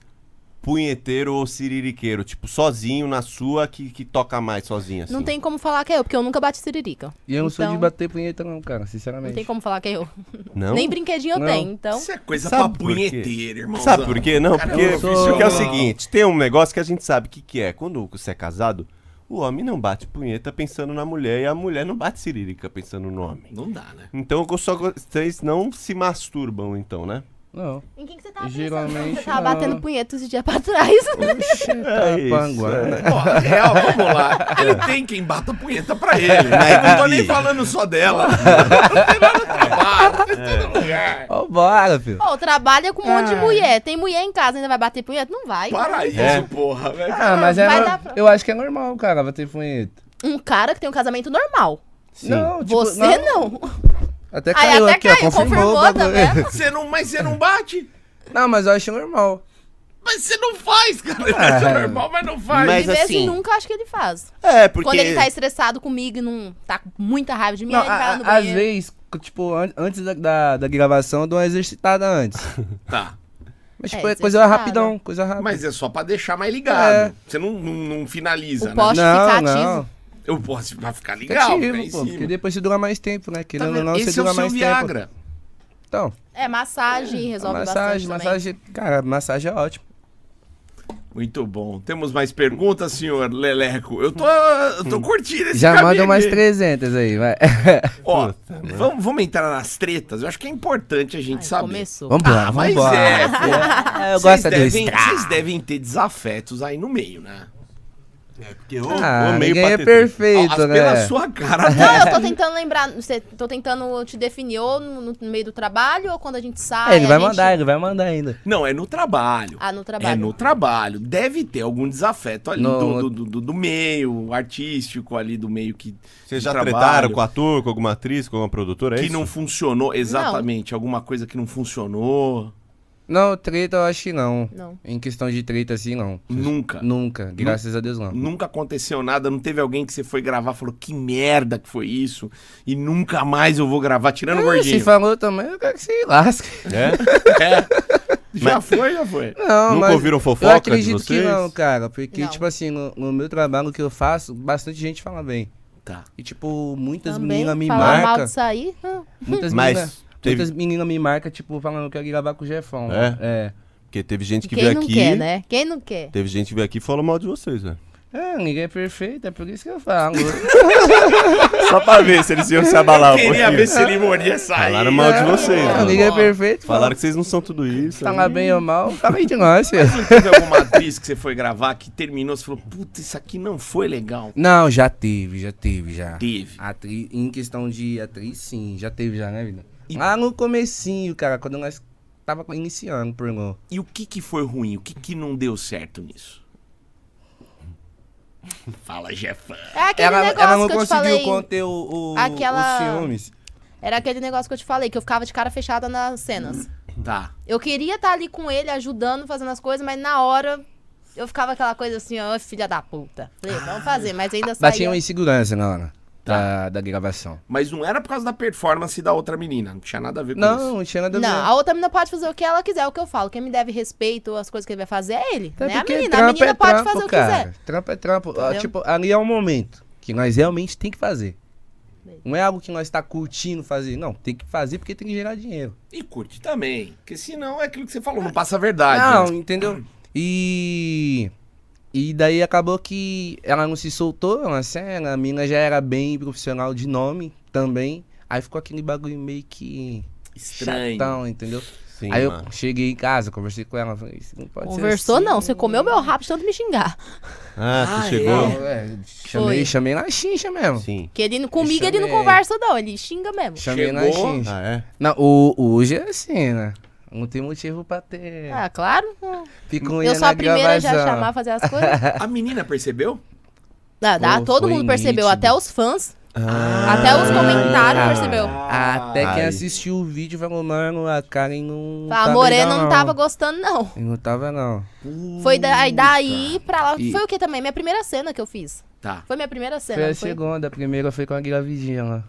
punheteiro ou siririqueiro? Tipo, sozinho na sua que, que toca mais sozinho assim? Não tem como falar que é eu, porque eu nunca bati siririca. E eu não sou de Então- bater punheta não, cara, Não tem sinceramente. como falar que é eu. Não? Nem brinquedinho eu Não. tenho, então. Isso é coisa Sabe pra por quê? punheteiro, irmão. Sabe por quê? Não, porque, eu sou- porque é o seguinte, tem um negócio que a gente sabe o que, que é. Quando você é casado, o homem não bate punheta pensando na mulher e a mulher não bate cirílica pensando no homem. Não dá, né? Então eu só go- vocês não se masturbam, então, né? Não. Em quem que você tava pensando? Geralmente Você tava não. batendo punheta esse dia pra trás. Tá isso, panguana. Pô, a real, vamos lá. Ele tem quem bata a punheta pra ele. né? Eu não tô nem falando só dela. Tem lá no trabalho, tem É. em todo lugar. Ó, bora, filho. Pô, trabalha com um monte de É. mulher. Tem mulher em casa, ainda vai bater punheta? Não vai. Para isso, É. porra, velho. Ah, mas é vai no- dar pra- eu acho que é normal, cara, bater punheta. Um cara que tem um casamento normal. Sim. Não, tipo, Você não. Até Aí caiu até aqui, caiu, ó, confirmou, confirmou o bagulho. também. Você não, mas você não bate? Não, mas eu acho normal. Mas você não faz, cara. Isso é normal, mas não faz. De Mas vez assim- em nunca acho que ele faz. É, porque... Quando ele tá estressado comigo e não tá com muita raiva de mim, Não, ele vai a- lá no a- às banheiro. vezes, c- tipo, an- antes da, da, da gravação, eu dou uma exercitada antes. Tá. Mas, É, tipo, é, coisa exercitada. rapidão, coisa rápida. Mas é só pra deixar mais ligado. É. Você não, não, não finaliza, O né? poste fica não, ativo. não. Eu posso vai ficar Fica legal. ativo, fica em pô. cima. Porque depois você dura mais tempo, né? Tá Querendo ou vendo? não, você Esse é dura o seu mais tempo. Viagra. Então, É, massagem resolve bastante massagem, massagem. Cara, massagem é ótimo. Muito bom. Temos mais perguntas, senhor Leleco? Eu tô, eu tô curtindo esse Hum. Já caminho manda umas aqui. 300 aí, vai. Ó, né? vamos, vamos entrar nas tretas? Eu acho que é importante a gente também. Ai, saber. começou. Vambora, mas vambora. é, É, eu Vocês gosto do devem, extra. vocês devem ter desafetos aí no meio, né? Porque eu, Ah, eu meio ninguém é pateta. perfeito, Ó, as- né? Pela sua cara. Não, eu tô tentando lembrar, você, tô tentando te definir ou no, no meio do trabalho ou quando a gente sai. É, ele a vai gente- mandar, ele vai mandar ainda. Não, é no trabalho. Ah, no trabalho. É no trabalho. Deve ter algum desafeto ali No- do, do, do- do meio artístico, ali do meio que. Vocês de já trabalho, tretaram com ator, com alguma atriz, com alguma produtora? É Que isso? não funcionou, exatamente. Alguma coisa que não funcionou. Não, treta eu acho que não. Não. Em questão de treta assim, não. Nunca. Nunca, graças a Deus não. Uhum. Nunca aconteceu nada, não teve alguém que você foi gravar e falou que merda que foi isso e nunca mais eu vou gravar, tirando o Ah, Se gordinho. falou também, eu quero que se lasque. É? Já foi, já foi. Não, Nunca mas ouviram fofoca Eu de acredito que vocês? não, cara. Porque, Não. tipo assim, no, no meu trabalho que eu faço, bastante gente fala bem. Tá. E, tipo, muitas Também meninas me falar mal marcam. de sair. hum. Muitas meninas. Mas teve, Muitas meninas me marcam, tipo, falando que eu quero gravar com o Jefão. É? É. porque teve gente que Quem veio não aqui. quer, né? Quem não quer? Teve gente que veio aqui e falou mal de vocês, né? velho. É, ninguém é perfeito, é por isso que eu falo. Só pra ver se eles iam se abalar um Queria pouquinho. ver se ele morria sair. Falaram mal de vocês, Não, mano. ninguém é perfeito. Falaram que vocês não são tudo isso. fala, né? fala bem ou mal, fala aí de nós, filho. Teve alguma atriz que você foi gravar que terminou, você falou, puta, isso aqui não foi legal. Não, já teve, já teve, já. Teve. Atriz, em questão de atriz, sim, já teve já, né, vida? Lá no comecinho, cara, quando nós tava iniciando, perguntou. E o que que foi ruim? O que que não deu certo nisso? Fala, Jefan. É aquele Ela, negócio ela não que eu te conseguiu falei. conter o, o, Aquela- os ciúmes. Era aquele negócio que eu te falei, que eu ficava de cara fechada nas cenas. Tá. Eu queria estar ali com ele, ajudando, fazendo as coisas, mas na hora eu ficava aquela coisa assim, ó, filha da puta. Falei, vamos Ah. fazer, mas ainda saía... Batia um uma insegurança na hora Tá. da, da gravação. Mas não era por causa da performance da outra menina. Não tinha nada a ver com Não, isso. não tinha nada a ver. Não, a outra menina pode fazer o que ela quiser, é o que eu falo. Quem me deve respeito, as coisas que ele vai fazer é ele, Até né? A porque menina, a trampo menina é pode trampo, fazer o que cara. quiser. Trampo é trampo. Ah, Entendeu? tipo, ali é um momento que nós realmente tem que fazer. Não é algo que nós tá curtindo fazer. Não, tem que fazer porque tem que gerar dinheiro. E curte também. Porque senão é aquilo que você falou, não passa a verdade. não, entendeu? E... E daí acabou que ela não se soltou na cena. A mina já era bem profissional de nome também. Aí ficou aquele bagulho meio que... Estranho. Chatão, entendeu? Sim, Aí mano. eu cheguei em casa, conversei com ela, falei, isso não pode ser Conversou assim." não, você comeu meu rabo de tanto me xingar. Ah, Ah, você chegou? Não, é, chamei, Foi. chamei na xincha é? mesmo. Sim. Que ele, comigo Isso ele não é- conversa não, ele xinga mesmo. Chamei na Chegou. xincha. Ah, é? Não, o, hoje é assim, né? Não tem motivo pra ter. Ah, claro. Ficam Eu indo sou a É. na primeira a já gravação. chamar fazer as coisas. A menina percebeu? Dá, dá, Pô, todo foi mundo percebeu, nítido. Ah. até os fãs. até os comentários percebeu. Até quem Ai. assistiu o vídeo falou, mano, a Karen não. a tá Morena legal, não tava gostando, não. Eu Não tava, não. Foi daí, daí pra lá. E- Foi o que também? Minha primeira cena que eu fiz. Tá. Foi minha primeira cena. Foi a não foi? segunda, a primeira foi com a gravidinha lá.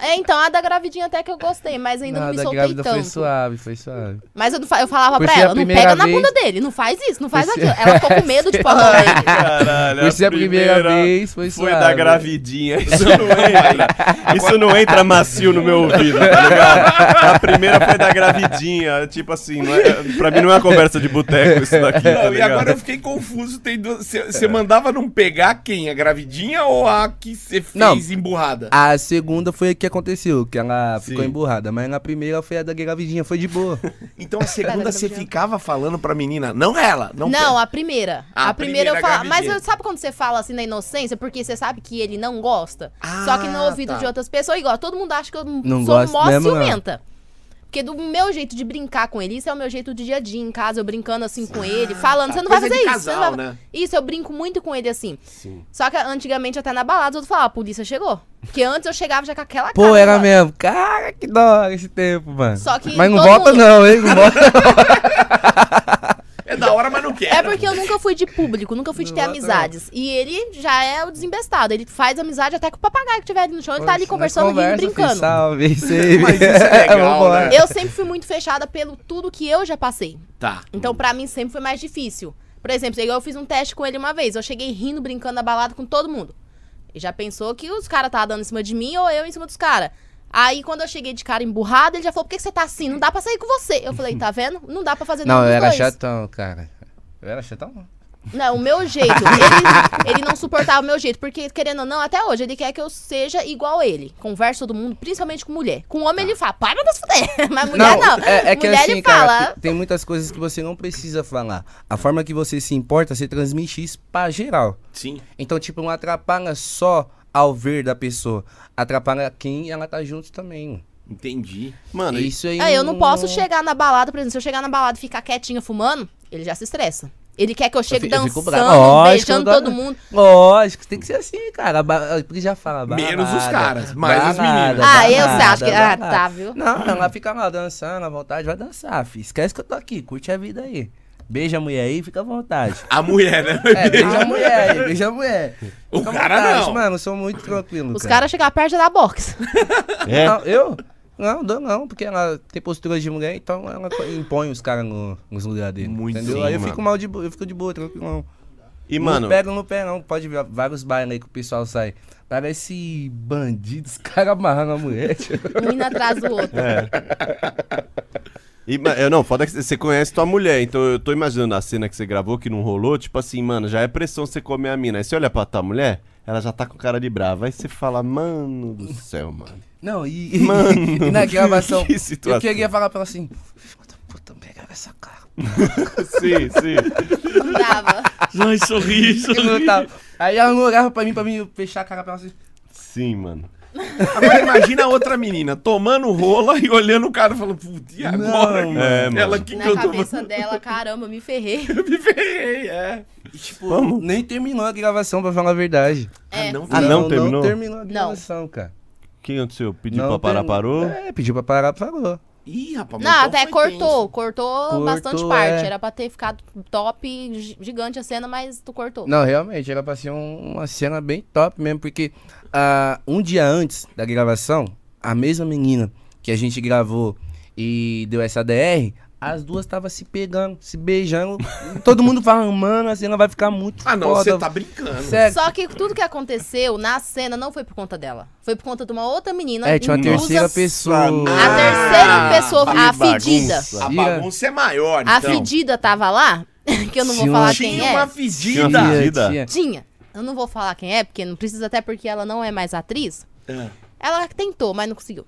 É, então, a da gravidinha até que eu gostei, mas ainda Não, não, me a Ah, da soltei grávida tanto. foi suave, foi suave. Mas eu, não fa- eu falava Por pra ser a ela, não primeira pega na vez- bunda dele, não faz isso, não faz Por ser- aquilo. Ela ficou com medo de pôr a mão Ah, nele. Caralho, Por ser é a primeira vez, foi Foi suave. da gravidinha. Isso não entra. Isso não entra macio no meu ouvido, tá ligado? A primeira foi da gravidinha. Tipo assim, não é- pra mim não é uma conversa de boteco isso daqui, tá e agora eu ligado? fiquei confuso. Tem duas- Você você mandava não pegar quem? A gravidinha ou a que você fez Não. emburrada? A segunda foi a que aconteceu, que ela ficou Sim. emburrada. Mas na primeira foi a da gravidinha, foi de boa. Então a segunda Pega a você gravidinha. ficava falando pra menina. Não ela. Não, Não, a primeira. Ah, A, Então a primeira, primeira eu falo. Mas gravidez. eu- sabe quando você fala assim na inocência? Porque você sabe que ele não gosta. Ah, Só que no ouvido tá. de outras pessoas, igual, todo mundo acha que eu Não sou gosto mó mesmo, não. ciumenta. Porque do meu jeito de brincar com ele, isso é o meu jeito do dia a dia em casa, eu brincando assim com ele, falando, você não vai Ah, tá. Coisa fazer de isso. você casal, não vai... né? Isso, eu brinco muito com ele assim. Só que antigamente até na balada, eu falava, a polícia chegou. Porque antes eu chegava já com aquela Pô, cara, né? era ó. mesmo. Cara, que da hora esse tempo, mano. Só que mas não todo volta mundo- não, hein? Não volta. É da hora, mas não quer. É porque eu nunca fui de público, nunca fui de ter Não, não. amizades. E ele já é o desembestado. Ele faz amizade até com o papagaio que tiver ali no chão. Ele tá ali Poxa, conversando, nós rindo, conversa, brincando. filho, Salve, isso aí. Mas isso é legal, Vambora. né? Eu sempre fui muito fechada pelo tudo que eu já passei. Tá. Então, pra mim, sempre foi mais difícil. Por exemplo, eu fiz um teste com ele uma vez. Eu cheguei rindo, brincando na balada com todo mundo. E já pensou que os caras estavam dando em cima de mim ou eu em cima dos caras. Aí, quando eu cheguei de cara emburrada, ele já falou: por que que você tá assim? Não dá pra sair com você. Eu falei: tá vendo? Não dá pra né? fazer Não, nenhum eu dos era dois." chatão, cara. Eu era chatão? Não, o meu jeito. Ele, ele não suportava o meu jeito, porque, querendo ou não, até hoje, ele quer que eu seja igual a ele. Converso todo mundo, principalmente com mulher. Com homem, ele fala, para de se fuder. Mas mulher não. É, é que mulher, assim, ele cara, fala. te- tem muitas coisas que você não precisa falar. A forma que você se importa, você transmite isso pra geral. Sim. Então, tipo, não atrapalha só ao ver da pessoa. Atrapalha quem ela tá junto também. Entendi. Mano, e- Isso é um aí. Ah, eu não posso chegar na balada, por exemplo, se eu chegar na balada e ficar quietinha fumando, ele já se estressa. Ele quer que eu chegue fi- eu fico bravo. dançando, Lógico, né? beijando eu dou- todo mundo. Lógico, tem que ser assim, cara. Ba- Porque já fala. Balada, Menos os caras, mais as meninas. Ah, eu sei, acho que. Ah, balada. tá, viu? Não, ela fica lá dançando à vontade, vai dançar, fi. Esquece que eu tô aqui, curte a vida aí. Beija a mulher aí, fica à vontade. A mulher, né? É, beija a mulher aí, beija a mulher. O Fica à cara vontade, não. Mano, eu sou muito tranquilo. Os caras chegam perto da box. é. Não, eu? Não, dou não, porque ela tem postura de mulher, então ela co- impõe os caras no- nos lugares dele. Muito entendeu? sim, aí eu mano. fico mal de boa, eu fico de boa, tranquilão. E, Não mano, pega no pé, não. Pode ver vários bailes aí que o pessoal sai. Parece bandido, os caras amarrando a mulher. tio. Um indo atrás do outro. É. E, ma- eu- não, foda que você conhece tua mulher, então eu tô imaginando a cena que você gravou que não rolou, tipo assim, mano, já é pressão você comer a mina. Aí você olha pra tua mulher, ela já tá com cara de brava. Aí você fala, mano do céu, mano. Não, e, e na gravação, que situação. eu queria falar pra ela assim, filho da puta, pega essa cara. sim, sim. Não dava. Ai, sorriso. Que não tava. Aí ela não olhava pra mim, pra mim fechar a cara pra ela assim. Sim, mano. Agora imagina a outra menina tomando rola e olhando o cara falando, putz, e agora? Não, mano? é, mano. Ela que que Na eu tô cabeça dela, caramba, me ferrei. Eu me ferrei, é. E, tipo, nem terminou a gravação, pra falar a verdade. É. não, Ah, não terminou? Não terminou a gravação, cara. O que aconteceu? Pediu Não pra parar, termi- parou? É, pediu pra parar, parou. Ih, rapaz, mas Não, então até foi cortou, cortou. Cortou, bastante parte. é. Era pra ter ficado top, gi- gigante a cena, mas tu cortou. Não, realmente, era pra ser um- uma cena bem top mesmo, porque ah, um dia antes da gravação, a mesma menina que a gente gravou e deu essa DR, as duas estavam se pegando, se beijando. todo mundo falando, mano, a cena vai ficar muito Ah, não, foda. é você tá brincando. Sério. Só que tudo que aconteceu na cena não foi por conta dela. Foi por conta de uma outra menina. É, tinha uma intrusa terceira pessoa. A Ah, terceira pessoa, que a fedida. bagunça. A bagunça é maior, A então. fedida tava lá, que eu não vou Tinha falar quem Tinha é. uma fedida. Tinha Tia, tia. Tinha. Eu não vou falar quem é, porque não precisa, até porque ela não é mais atriz. Ah, Ela tentou, mas não conseguiu.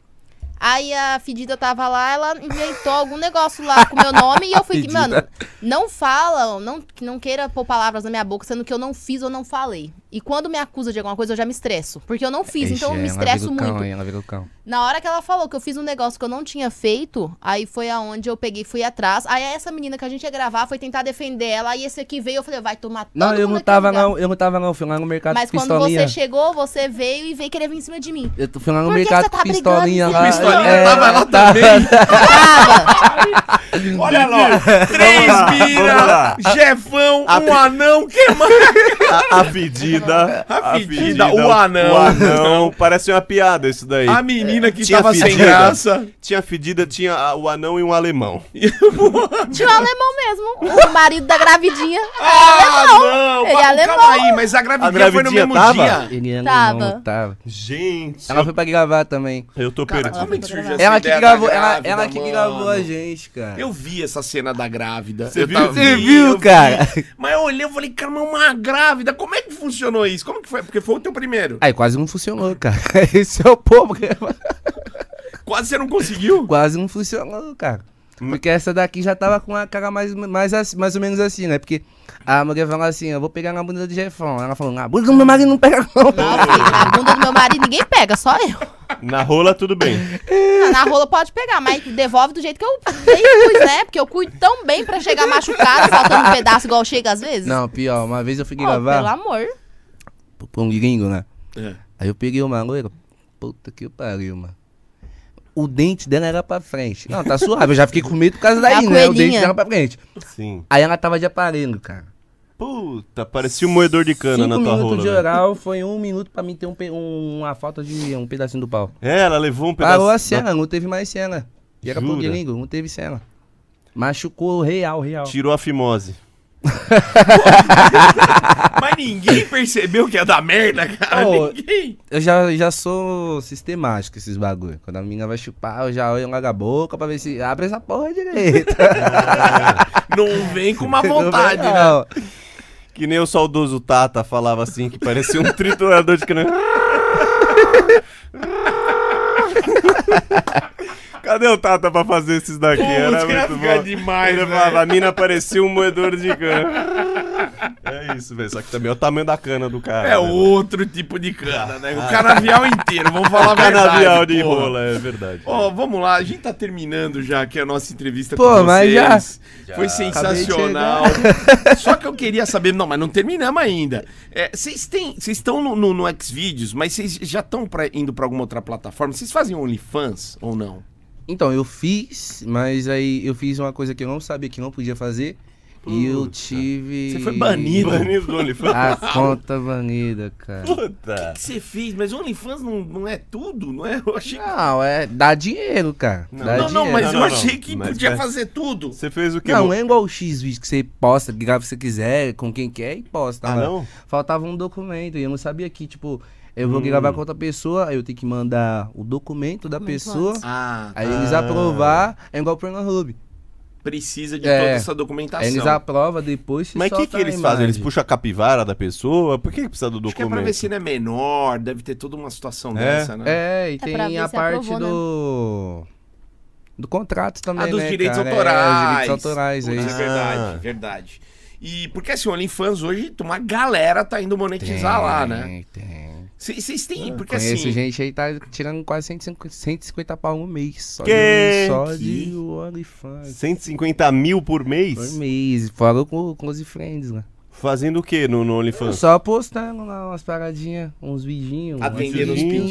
Aí a fedida tava lá, ela inventou algum negócio lá com o meu nome e eu fui. que, Fedida. Mano, não falam, não, que não queira pôr palavras na minha boca, sendo que eu não fiz ou não falei. E quando me acusa de alguma coisa, eu já me estresso. Porque eu não fiz, então é um eu me estresso muito. ela vira o cão. Na hora que ela falou que eu fiz um negócio que eu não tinha feito, aí foi aonde eu peguei e fui atrás. Aí essa menina que a gente ia gravar foi tentar defender ela, aí esse aqui veio, eu falei, vai tomar todo Não, eu mundo não aqui tava no lugar. não, eu não tava não, fui lá no mercado Mas com quando você pistolinha. chegou, você veio e veio querer vir em cima de mim. Eu tô- fui lá no Por que mercado você tá com pistolinha brigando, lá. filho? Pistolinha é, tava lá também. Olha lá, ó, lá, três vamos lá. mira, chefão, um anão, que mais? A, a pedida. A fedida, o anão. O anão. Parece uma piada isso daí. A menina que Tinha tava sem fedida. graça. Tinha fedida, tinha ah, o anão e um alemão. Tinha um alemão mesmo, o marido da gravidinha. Ah, não! Ele é mas alemão. Calma aí, mas a gravidinha, A gravidinha foi no mesmo tava? dia. Ele era Tava. não, tava. Gente, Ela eu, foi pra gravar também. eu tô Cara, perdido. como é que surgiu essa Ela que ideia da gravou, ela, grávida, ela que mano? gravou a gente, cara. Eu vi essa cena da grávida. Você Eu viu? tava- Você vi, viu, eu vi. cara? Mas eu olhei e falei, cara, mas uma grávida, como é que funcionou isso? Como que foi? Porque foi o teu primeiro. Aí quase não funcionou, cara. Esse é o problema. Quase você não conseguiu. Quase não funcionou, cara. Porque essa daqui já tava com a cara mais, mais, assim- mais ou menos assim, né? Porque a mulher falou assim, eu vou pegar na bunda do Jefão. Ela falou, na bunda do meu marido não pega não. Nossa, filho, na bunda do meu marido ninguém pega, só eu. Ah, Na rola, tudo bem. Na rola pode pegar, mas devolve do jeito que eu dei e pus, né? Porque eu cuido tão bem pra chegar machucado, faltando um pedaço igual chega às vezes. Não, pior, uma vez eu fui Pô, gravar pelo amor. p- pra um gringo, né? É. Aí eu peguei uma loira, puta que pariu, mano. O dente dela era pra frente. Não, tá suave, eu já fiquei com medo por causa daí, a né? O dente coelhinha. dela pra frente. Sim. Aí ela tava de aparelho, cara. Puta, parecia um moedor de cana Cinco na tua minutos rola. né? de velho. oral foi um minuto pra mim ter um, pe- um- uma falta de um pedacinho do pau. É, ela levou um pedaço. Parou da- a cena, não teve mais cena. E era pro Jura? gringo, não teve cena. Machucou real, real. Tirou a fimose. Mas ninguém percebeu que ia dar merda, cara. Ô, ninguém. Eu já, já sou sistemático esses bagulho. Quando a menina vai chupar, eu já olho larga a boca pra ver se abre essa porra direito. Não vem com uma vontade, né? Não. Que nem o saudoso Tata falava assim, que parecia um triturador de cana. Cadê o Tata pra fazer esses daqui? Era Putz, ia muito ficar bom. demais, Ele velho. falava, a mina parecia um moedor de cana. É isso, velho. Só que também é o tamanho da cana do cara. É né, outro tipo de cana, né? O canavial inteiro, vamos falar a velho? verdade. Ah. canavial de porra. rola, é verdade. Ó, vamos lá, a gente tá terminando já aqui a nossa entrevista Pô, com vocês. mas Foi sensacional. Só que eu queria saber, não, mas não terminamos ainda. É, Vocês têm, vocês estão no, no, no Xvideos, mas vocês já estão pra- indo pra alguma outra plataforma? Vocês fazem OnlyFans ou não? Então, eu fiz, mas aí eu fiz uma coisa que eu não sabia que não podia fazer. E eu tive. Você foi banido. Ah, Banido do OnlyFans. A conta banida, cara. Puta. Você fez, mas OnlyFans não, não é tudo, não é? Eu achei. Não, é. Dá dinheiro, cara. Não, dá Não, não, dinheiro. mas Não, eu não, achei não. que Mas podia vai- fazer tudo. Você fez o que? Não, é igual o X-Vídeo que você posta, grava se você quiser, com quem quer e posta. Ah, lá. não? Faltava um documento e eu não sabia que, tipo, eu Hum. vou gravar com outra pessoa, aí eu tenho que mandar o documento da Documento pessoa, antes. Ah, aí eles aprovar, é igual o Pornhub. precisa de É. toda essa Aí documentação. eles aprovam depois se Mas o que, que eles fazem? Eles puxam a capivara da pessoa? Por que, que precisa do Acho que é pra ver documento? se não é menor, deve ter toda uma situação É. dessa, né? É, e pra tem ver a se parte aprovou, né? do... Do contrato também, Ah, dos né, direitos cara? É, autorais. direitos autorais, é Putz, isso. É verdade, Ah. verdade. E porque assim, o OnlyFans hoje, uma galera tá indo Tem, monetizar lá, né? Tem. Vocês têm, porque Conheço assim. gente aí tá tirando quase 150, 150 pau um mês. Só Que? de, um, só Que? de OnlyFans. 150 mil por mês? Por mês. Fora com, com os friends, né? Fazendo o que no, no OnlyFans? Só postando lá umas paradinhas, uns vidinhos. umas Atendendo os coisinhas,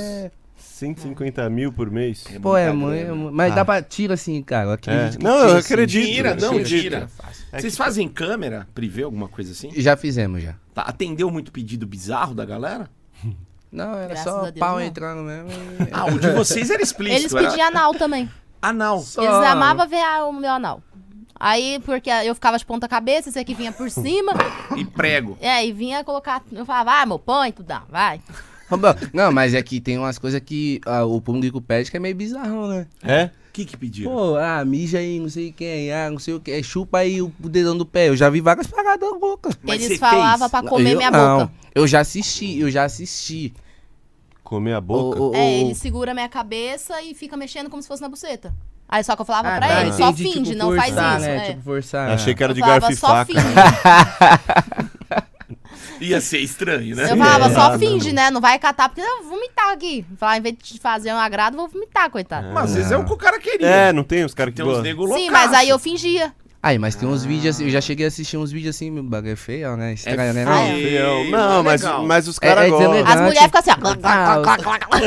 pedidos. é. 150 mil por mês? É Pô, é muita muito. grana. Mas Ah. dá pra. Tira assim, cara. Eu acredito É. que Não, tira, eu assim. acredito. Tira, não, acredito. tira. É Vocês fazem câmera privê, alguma coisa assim? Já fizemos já. Tá, atendeu muito pedido bizarro da galera? Não, era Graças só a Deus, né? pau não. entrando mesmo. Ah, o de vocês era Eles explícito. era pediam anal também. Anal. Só- Eles amavam ver a- o meu anal. Aí, porque eu ficava de ponta cabeça, esse aqui vinha por cima, E prego. e aí vinha colocar... Eu falava, vai, meu, põe, tudão, vai. Não, mas é que tem umas coisas que ah, o público pede que é meio bizarrão, né? É? O que que pediram? Pô, ah, mija aí, não sei quem, ah, não sei o que, chupa aí o dedão do pé. Eu já vi várias paradas loucas. Mas você Eles falavam fez? pra comer eu, minha não. boca. Eu já assisti, eu já assisti. Comer a boca? O- o- É, o- ele segura a minha cabeça e fica mexendo como se fosse na buceta. Aí só que eu falava pra tá, ele, só entendi, finge, tipo, não faz forçar, isso. Né? é. Tipo, forçar. Achei que era Eu de falava garfo e só faca. finge. Ia ser estranho, né? Eu falava, É, só não. finge, né? Não vai catar, porque eu vou vomitar aqui. Falar, em vez de fazer um agrado, eu vou vomitar, coitado. Mas às vezes é Ah. o que o cara queria. É, não tem os caras que Tem uns gostam. nego Sim, loucaço. mas aí eu fingia. Aí, mas tem uns vídeos assim, eu já cheguei a assistir uns vídeos assim, meu bagulho é feio, né? Estranho, né? feio. Não? Feio. é. Não, mas, legal. mas os É- caras é gostam. deselegante. As mulheres ficam assim, ó. Ah,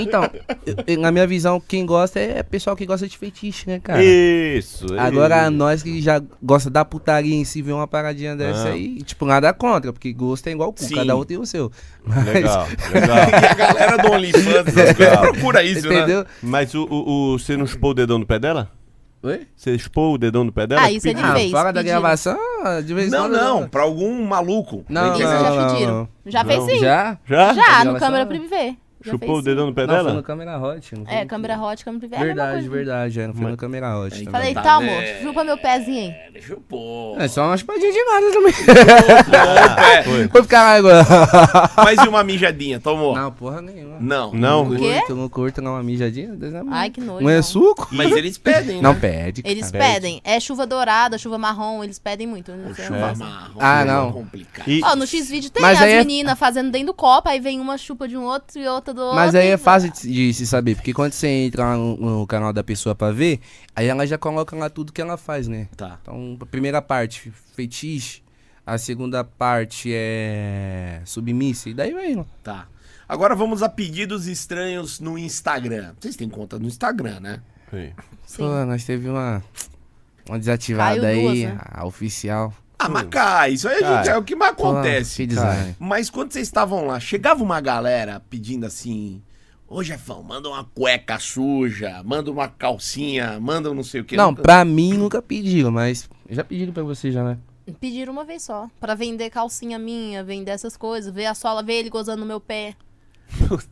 Então, eu- eu- na minha visão, quem gosta é é pessoal que gosta de feitiço, né, cara? Isso. é Agora, isso. nós que já gosta da putaria em si, vê uma paradinha dessa Ah. aí, tipo, nada contra, porque gosto é igual cu, Sim. cada um tem o seu. Legal, legal. E a galera do OnlyFans essas coisas, procura isso, né? Entendeu? Mas o, o, o- você não chupou o dedão do pé dela? Oi? Você chupou o dedão do pé dela? Ah, isso é Pedi- Ah, fez, fora da pediram. gravação, de vez em Não, quando- não, pra algum maluco. né? Não, Isso não, já não, pediram. não. Já fez Não. sim. Já, Já? Já? gravação? no câmera privê. Já Chupou o fez, sim. dedão do pé Não, foi no dela? câmera hot. não foi É, no- câmera hot, câmera privê. é a mesma Verdade, coisa. verdade, é, não foi no câmera hot. também. Falei, Tá tá, amor, bem. chupa meu pezinho aí. É, deixa eu pôr. É só uma chupadinha de nada também. Ah, foi. Foi pro caralho agora. é. Mas e uma mijadinha, tomou? Não, porra nenhuma. Não. Não? Não quê? curto, não curto, não. Uma mijadinha. Deus é Ai, que nojo. Não é não. suco? Mas eles pedem, Não né? pede. Eles cara. pedem. É chuva dourada, chuva marrom, eles pedem muito. Eu não sei, eu não Chuva faço. marrom, Ah, é não. complicado. E- Ó, no X-Video tem Mas as aí é- meninas fazendo dentro do copo, aí vem uma chupa de um outro e outra do outro. Mas aí e- é fácil de, de se saber, porque quando você entra lá no, no canal da pessoa pra ver, aí ela já coloca lá tudo que ela faz, né? Tá. Então, a primeira parte, feitiço. A segunda parte é submissa. E daí vai, mano. Tá. Agora vamos a pedidos estranhos no Instagram. Vocês têm conta no Instagram, né? Sim. Sim. Pô, nós teve uma, uma desativada Caiu duas, aí, né? a oficial. Ah, mas cai, isso aí gente, Cai. é o que mais Pô, acontece. que design. Mas quando vocês estavam lá, chegava uma galera pedindo assim: Ô Jefão, manda uma cueca suja, manda uma calcinha, manda um não sei o que. Não, pra mim nunca pediram, mas já pediram pra você já, né? Pediram uma vez só. Pra vender calcinha minha, vender essas coisas, ver a sola, ver ele gozando no meu pé.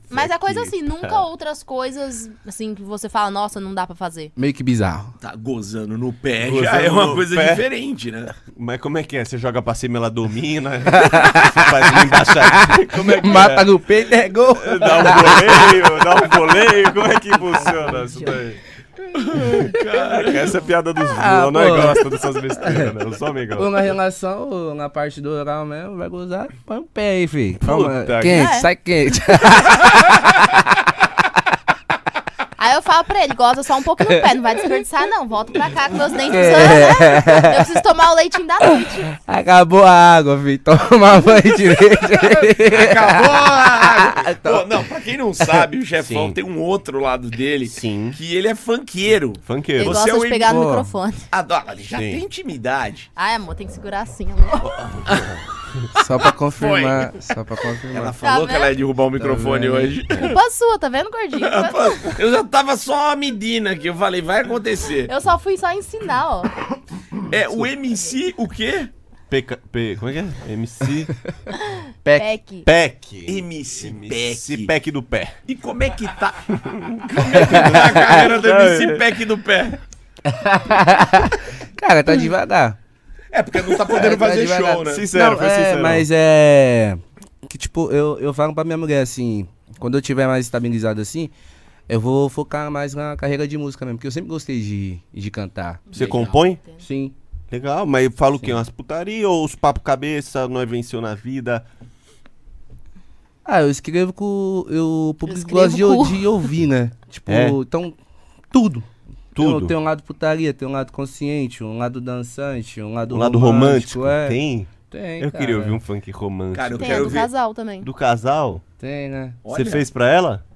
Mas é coisa assim, nunca outras coisas assim que você fala, nossa, não dá pra fazer. Meio que bizarro. Tá gozando no pé, já Gozando é uma no coisa pé. diferente, né? Mas como é que é? Você joga pra cima, ela domina? Você faz uma embaixadinha? Como é que Mata no peito é gol. é? Dá um voleio, dá um voleio? Como é que funciona isso daí? Caraca, essa é a piada dos Ah, vilões. Nós pô. gosta dessas besteiras, né? Eu sou Ou amigão. na relação, ou na parte do oral mesmo, vai gozar, põe um pé aí, filho. Toma, Puta quente, que- sai quente. Aí eu falo pra ele, goza só um pouco no pé, não vai desperdiçar não, volta pra cá com meus dentes. É. né? Eu preciso tomar o leitinho da noite. Acabou a água, filho. Toma banho direito. Acabou! a- Pô, não, pra quem não sabe, o Jefão Sim. tem um outro lado dele Sim. que ele é funkeiro. Ele Funkeiro. Você é gosta o de pegar no Igor. microfone. Adora, ele já Sim. tem intimidade. Ai, amor, tem que segurar assim, amor. Só pra confirmar, só pra confirmar. Ela falou que vendo? ela ia derrubar o microfone vendo? hoje. Culpa sua, tá vendo, gordinho? Eu já tava só medindo aqui, eu falei, vai acontecer. Eu só fui só ensinar, ó. É, o MC, o quê? PK, P, como é que é? MC Pec. Peck. PEC. MC MC Peck. PEC do pé. E como é que tá? Como é que tá a carreira do Não, MC é. Peck do pé? Cara, tá devagar. É, porque não tá podendo Tá fazer devagar. show, né? Sincero, Não, foi é, sincero. Mas é. Que tipo, eu, eu falo pra minha mulher assim, quando eu tiver mais estabilizado assim, eu vou focar mais na carreira de música mesmo, porque eu sempre gostei de, de cantar. Você compõe? Sim. Legal, mas fala o quê? Umas putaria ou os papo cabeça, nós venceu na vida? Ah, eu escrevo com. Eu, o público escrevo gosta de, com- de ouvir, né? Tipo, É. então, tudo. Tudo. Tem, tem um lado putaria, tem um lado consciente, um lado dançante, um lado o lado romântico, é. tem? Tem, Eu cara. queria ouvir um funk romântico. Cara, eu Tem a quero do ver. casal também. Do casal? Tem, né? Olha, Você fez pra ela?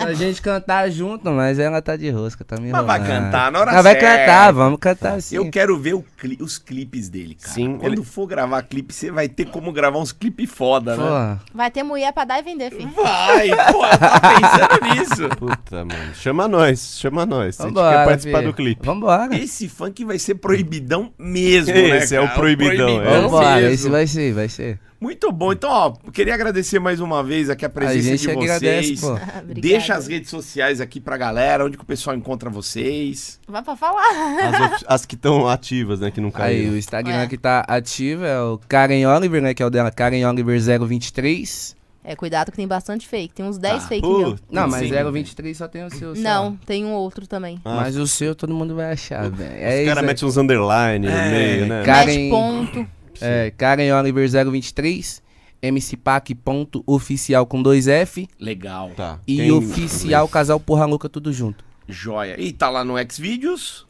A gente cantar junto, mas ela tá de rosca, tá me Mas vai enrolando. cantar na hora Ela vai certa. cantar, vamos cantar assim. sim. Eu quero ver o cli- os clipes dele, cara. Sim, Quando ele- for gravar clipe, você vai ter como gravar uns clipes foda, né? Pô, Vai ter mulher pra dar e vender, filho. Vai, pô, eu tava pensando nisso. Puta, mano. Chama nós, chama nós. Se a gente vambora, quer participar filho. do clipe. Vambora. Esse funk vai ser proibidão mesmo, né? Esse é o cara? proibidão, é. Vambora, mesmo. esse vai ser, vai ser. Muito bom. Então, ó, queria agradecer mais uma vez aqui a presença a gente é de que vocês. agradece, pô. Obrigada. Deixa as redes sociais aqui pra galera, onde que o pessoal encontra vocês. Vai pra falar. As, of- as que estão ativas, né? Que não Aí, caiu. o Instagram É. que tá ativo é o Karen Oliver, né? Que é o dela, Karen Oliver 023. É, cuidado que tem bastante fake. Tem uns 10 Ah, fake puta. meu. Não, mas Sim. 023 só tem o seu. só. Não, tem um outro também. Ah, Mas o seu todo mundo vai achar, velho. É Os isso. caras aí. metem uns underline É, no meio, né? Karen- Mete ponto. É, Karen Oliver 023, mcpac.oficial com dois F Legal. Tá. e um Quem- oficial casal porra louca tudo junto. Joia. E tá lá no Xvideos.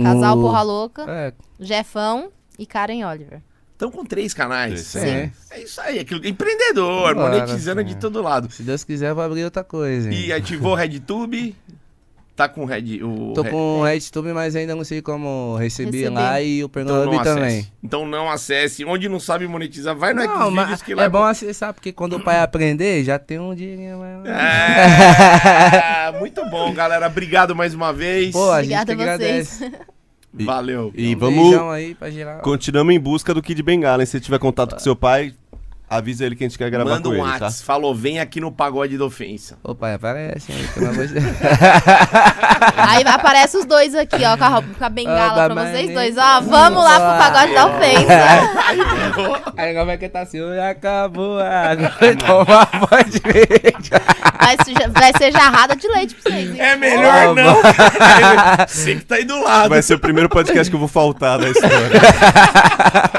Casal No- Porra Louca, É, Jefão e Karen Oliver. Estão com três canais. Sim. é. É isso aí, aquilo, empreendedor, Claro, monetizando de sim. todo lado. Se Deus quiser, eu vou abrir outra coisa. E hein. ativou o RedTube. Tá com o Red. O Tô Red- com o RedTube, mas ainda não sei como receber Receber. lá e o Então Pernambuco não também. acesse. Então não acesse. Onde não sabe monetizar, vai no Não, Xvideos mas que lá é bom acessar, porque quando o pai aprender, já tem um dinheirinho. mais lá. É, muito bom, galera. Obrigado mais uma vez. Pô, a gente Obrigada que a vocês. agradece. Valeu. E Um vamos. beijão aí pra geral. Continuamos em busca do Kid Bengala. hein? Se tiver contato com seu pai, avisa ele que a gente quer gravar Manda com um ele, tá? WhatsApp. Falou, vem aqui no pagode da ofensa. Ô pai, aparece aí, pelo amor de Deus. Aí aparece os dois aqui, ó, com a, roupa- com a bengala Ah, pra babá, vocês né? dois. Ó, vamos lá pro pagode da ofensa. Aí como é que tá assim? "Oi, Acabou a água. Toma a voz de verde. Vai, ser ja- vai ser jarrada de leite pra vocês. hein? É melhor não. cara. Você que tá aí do lado. Vai ser o primeiro podcast que eu vou faltar da história.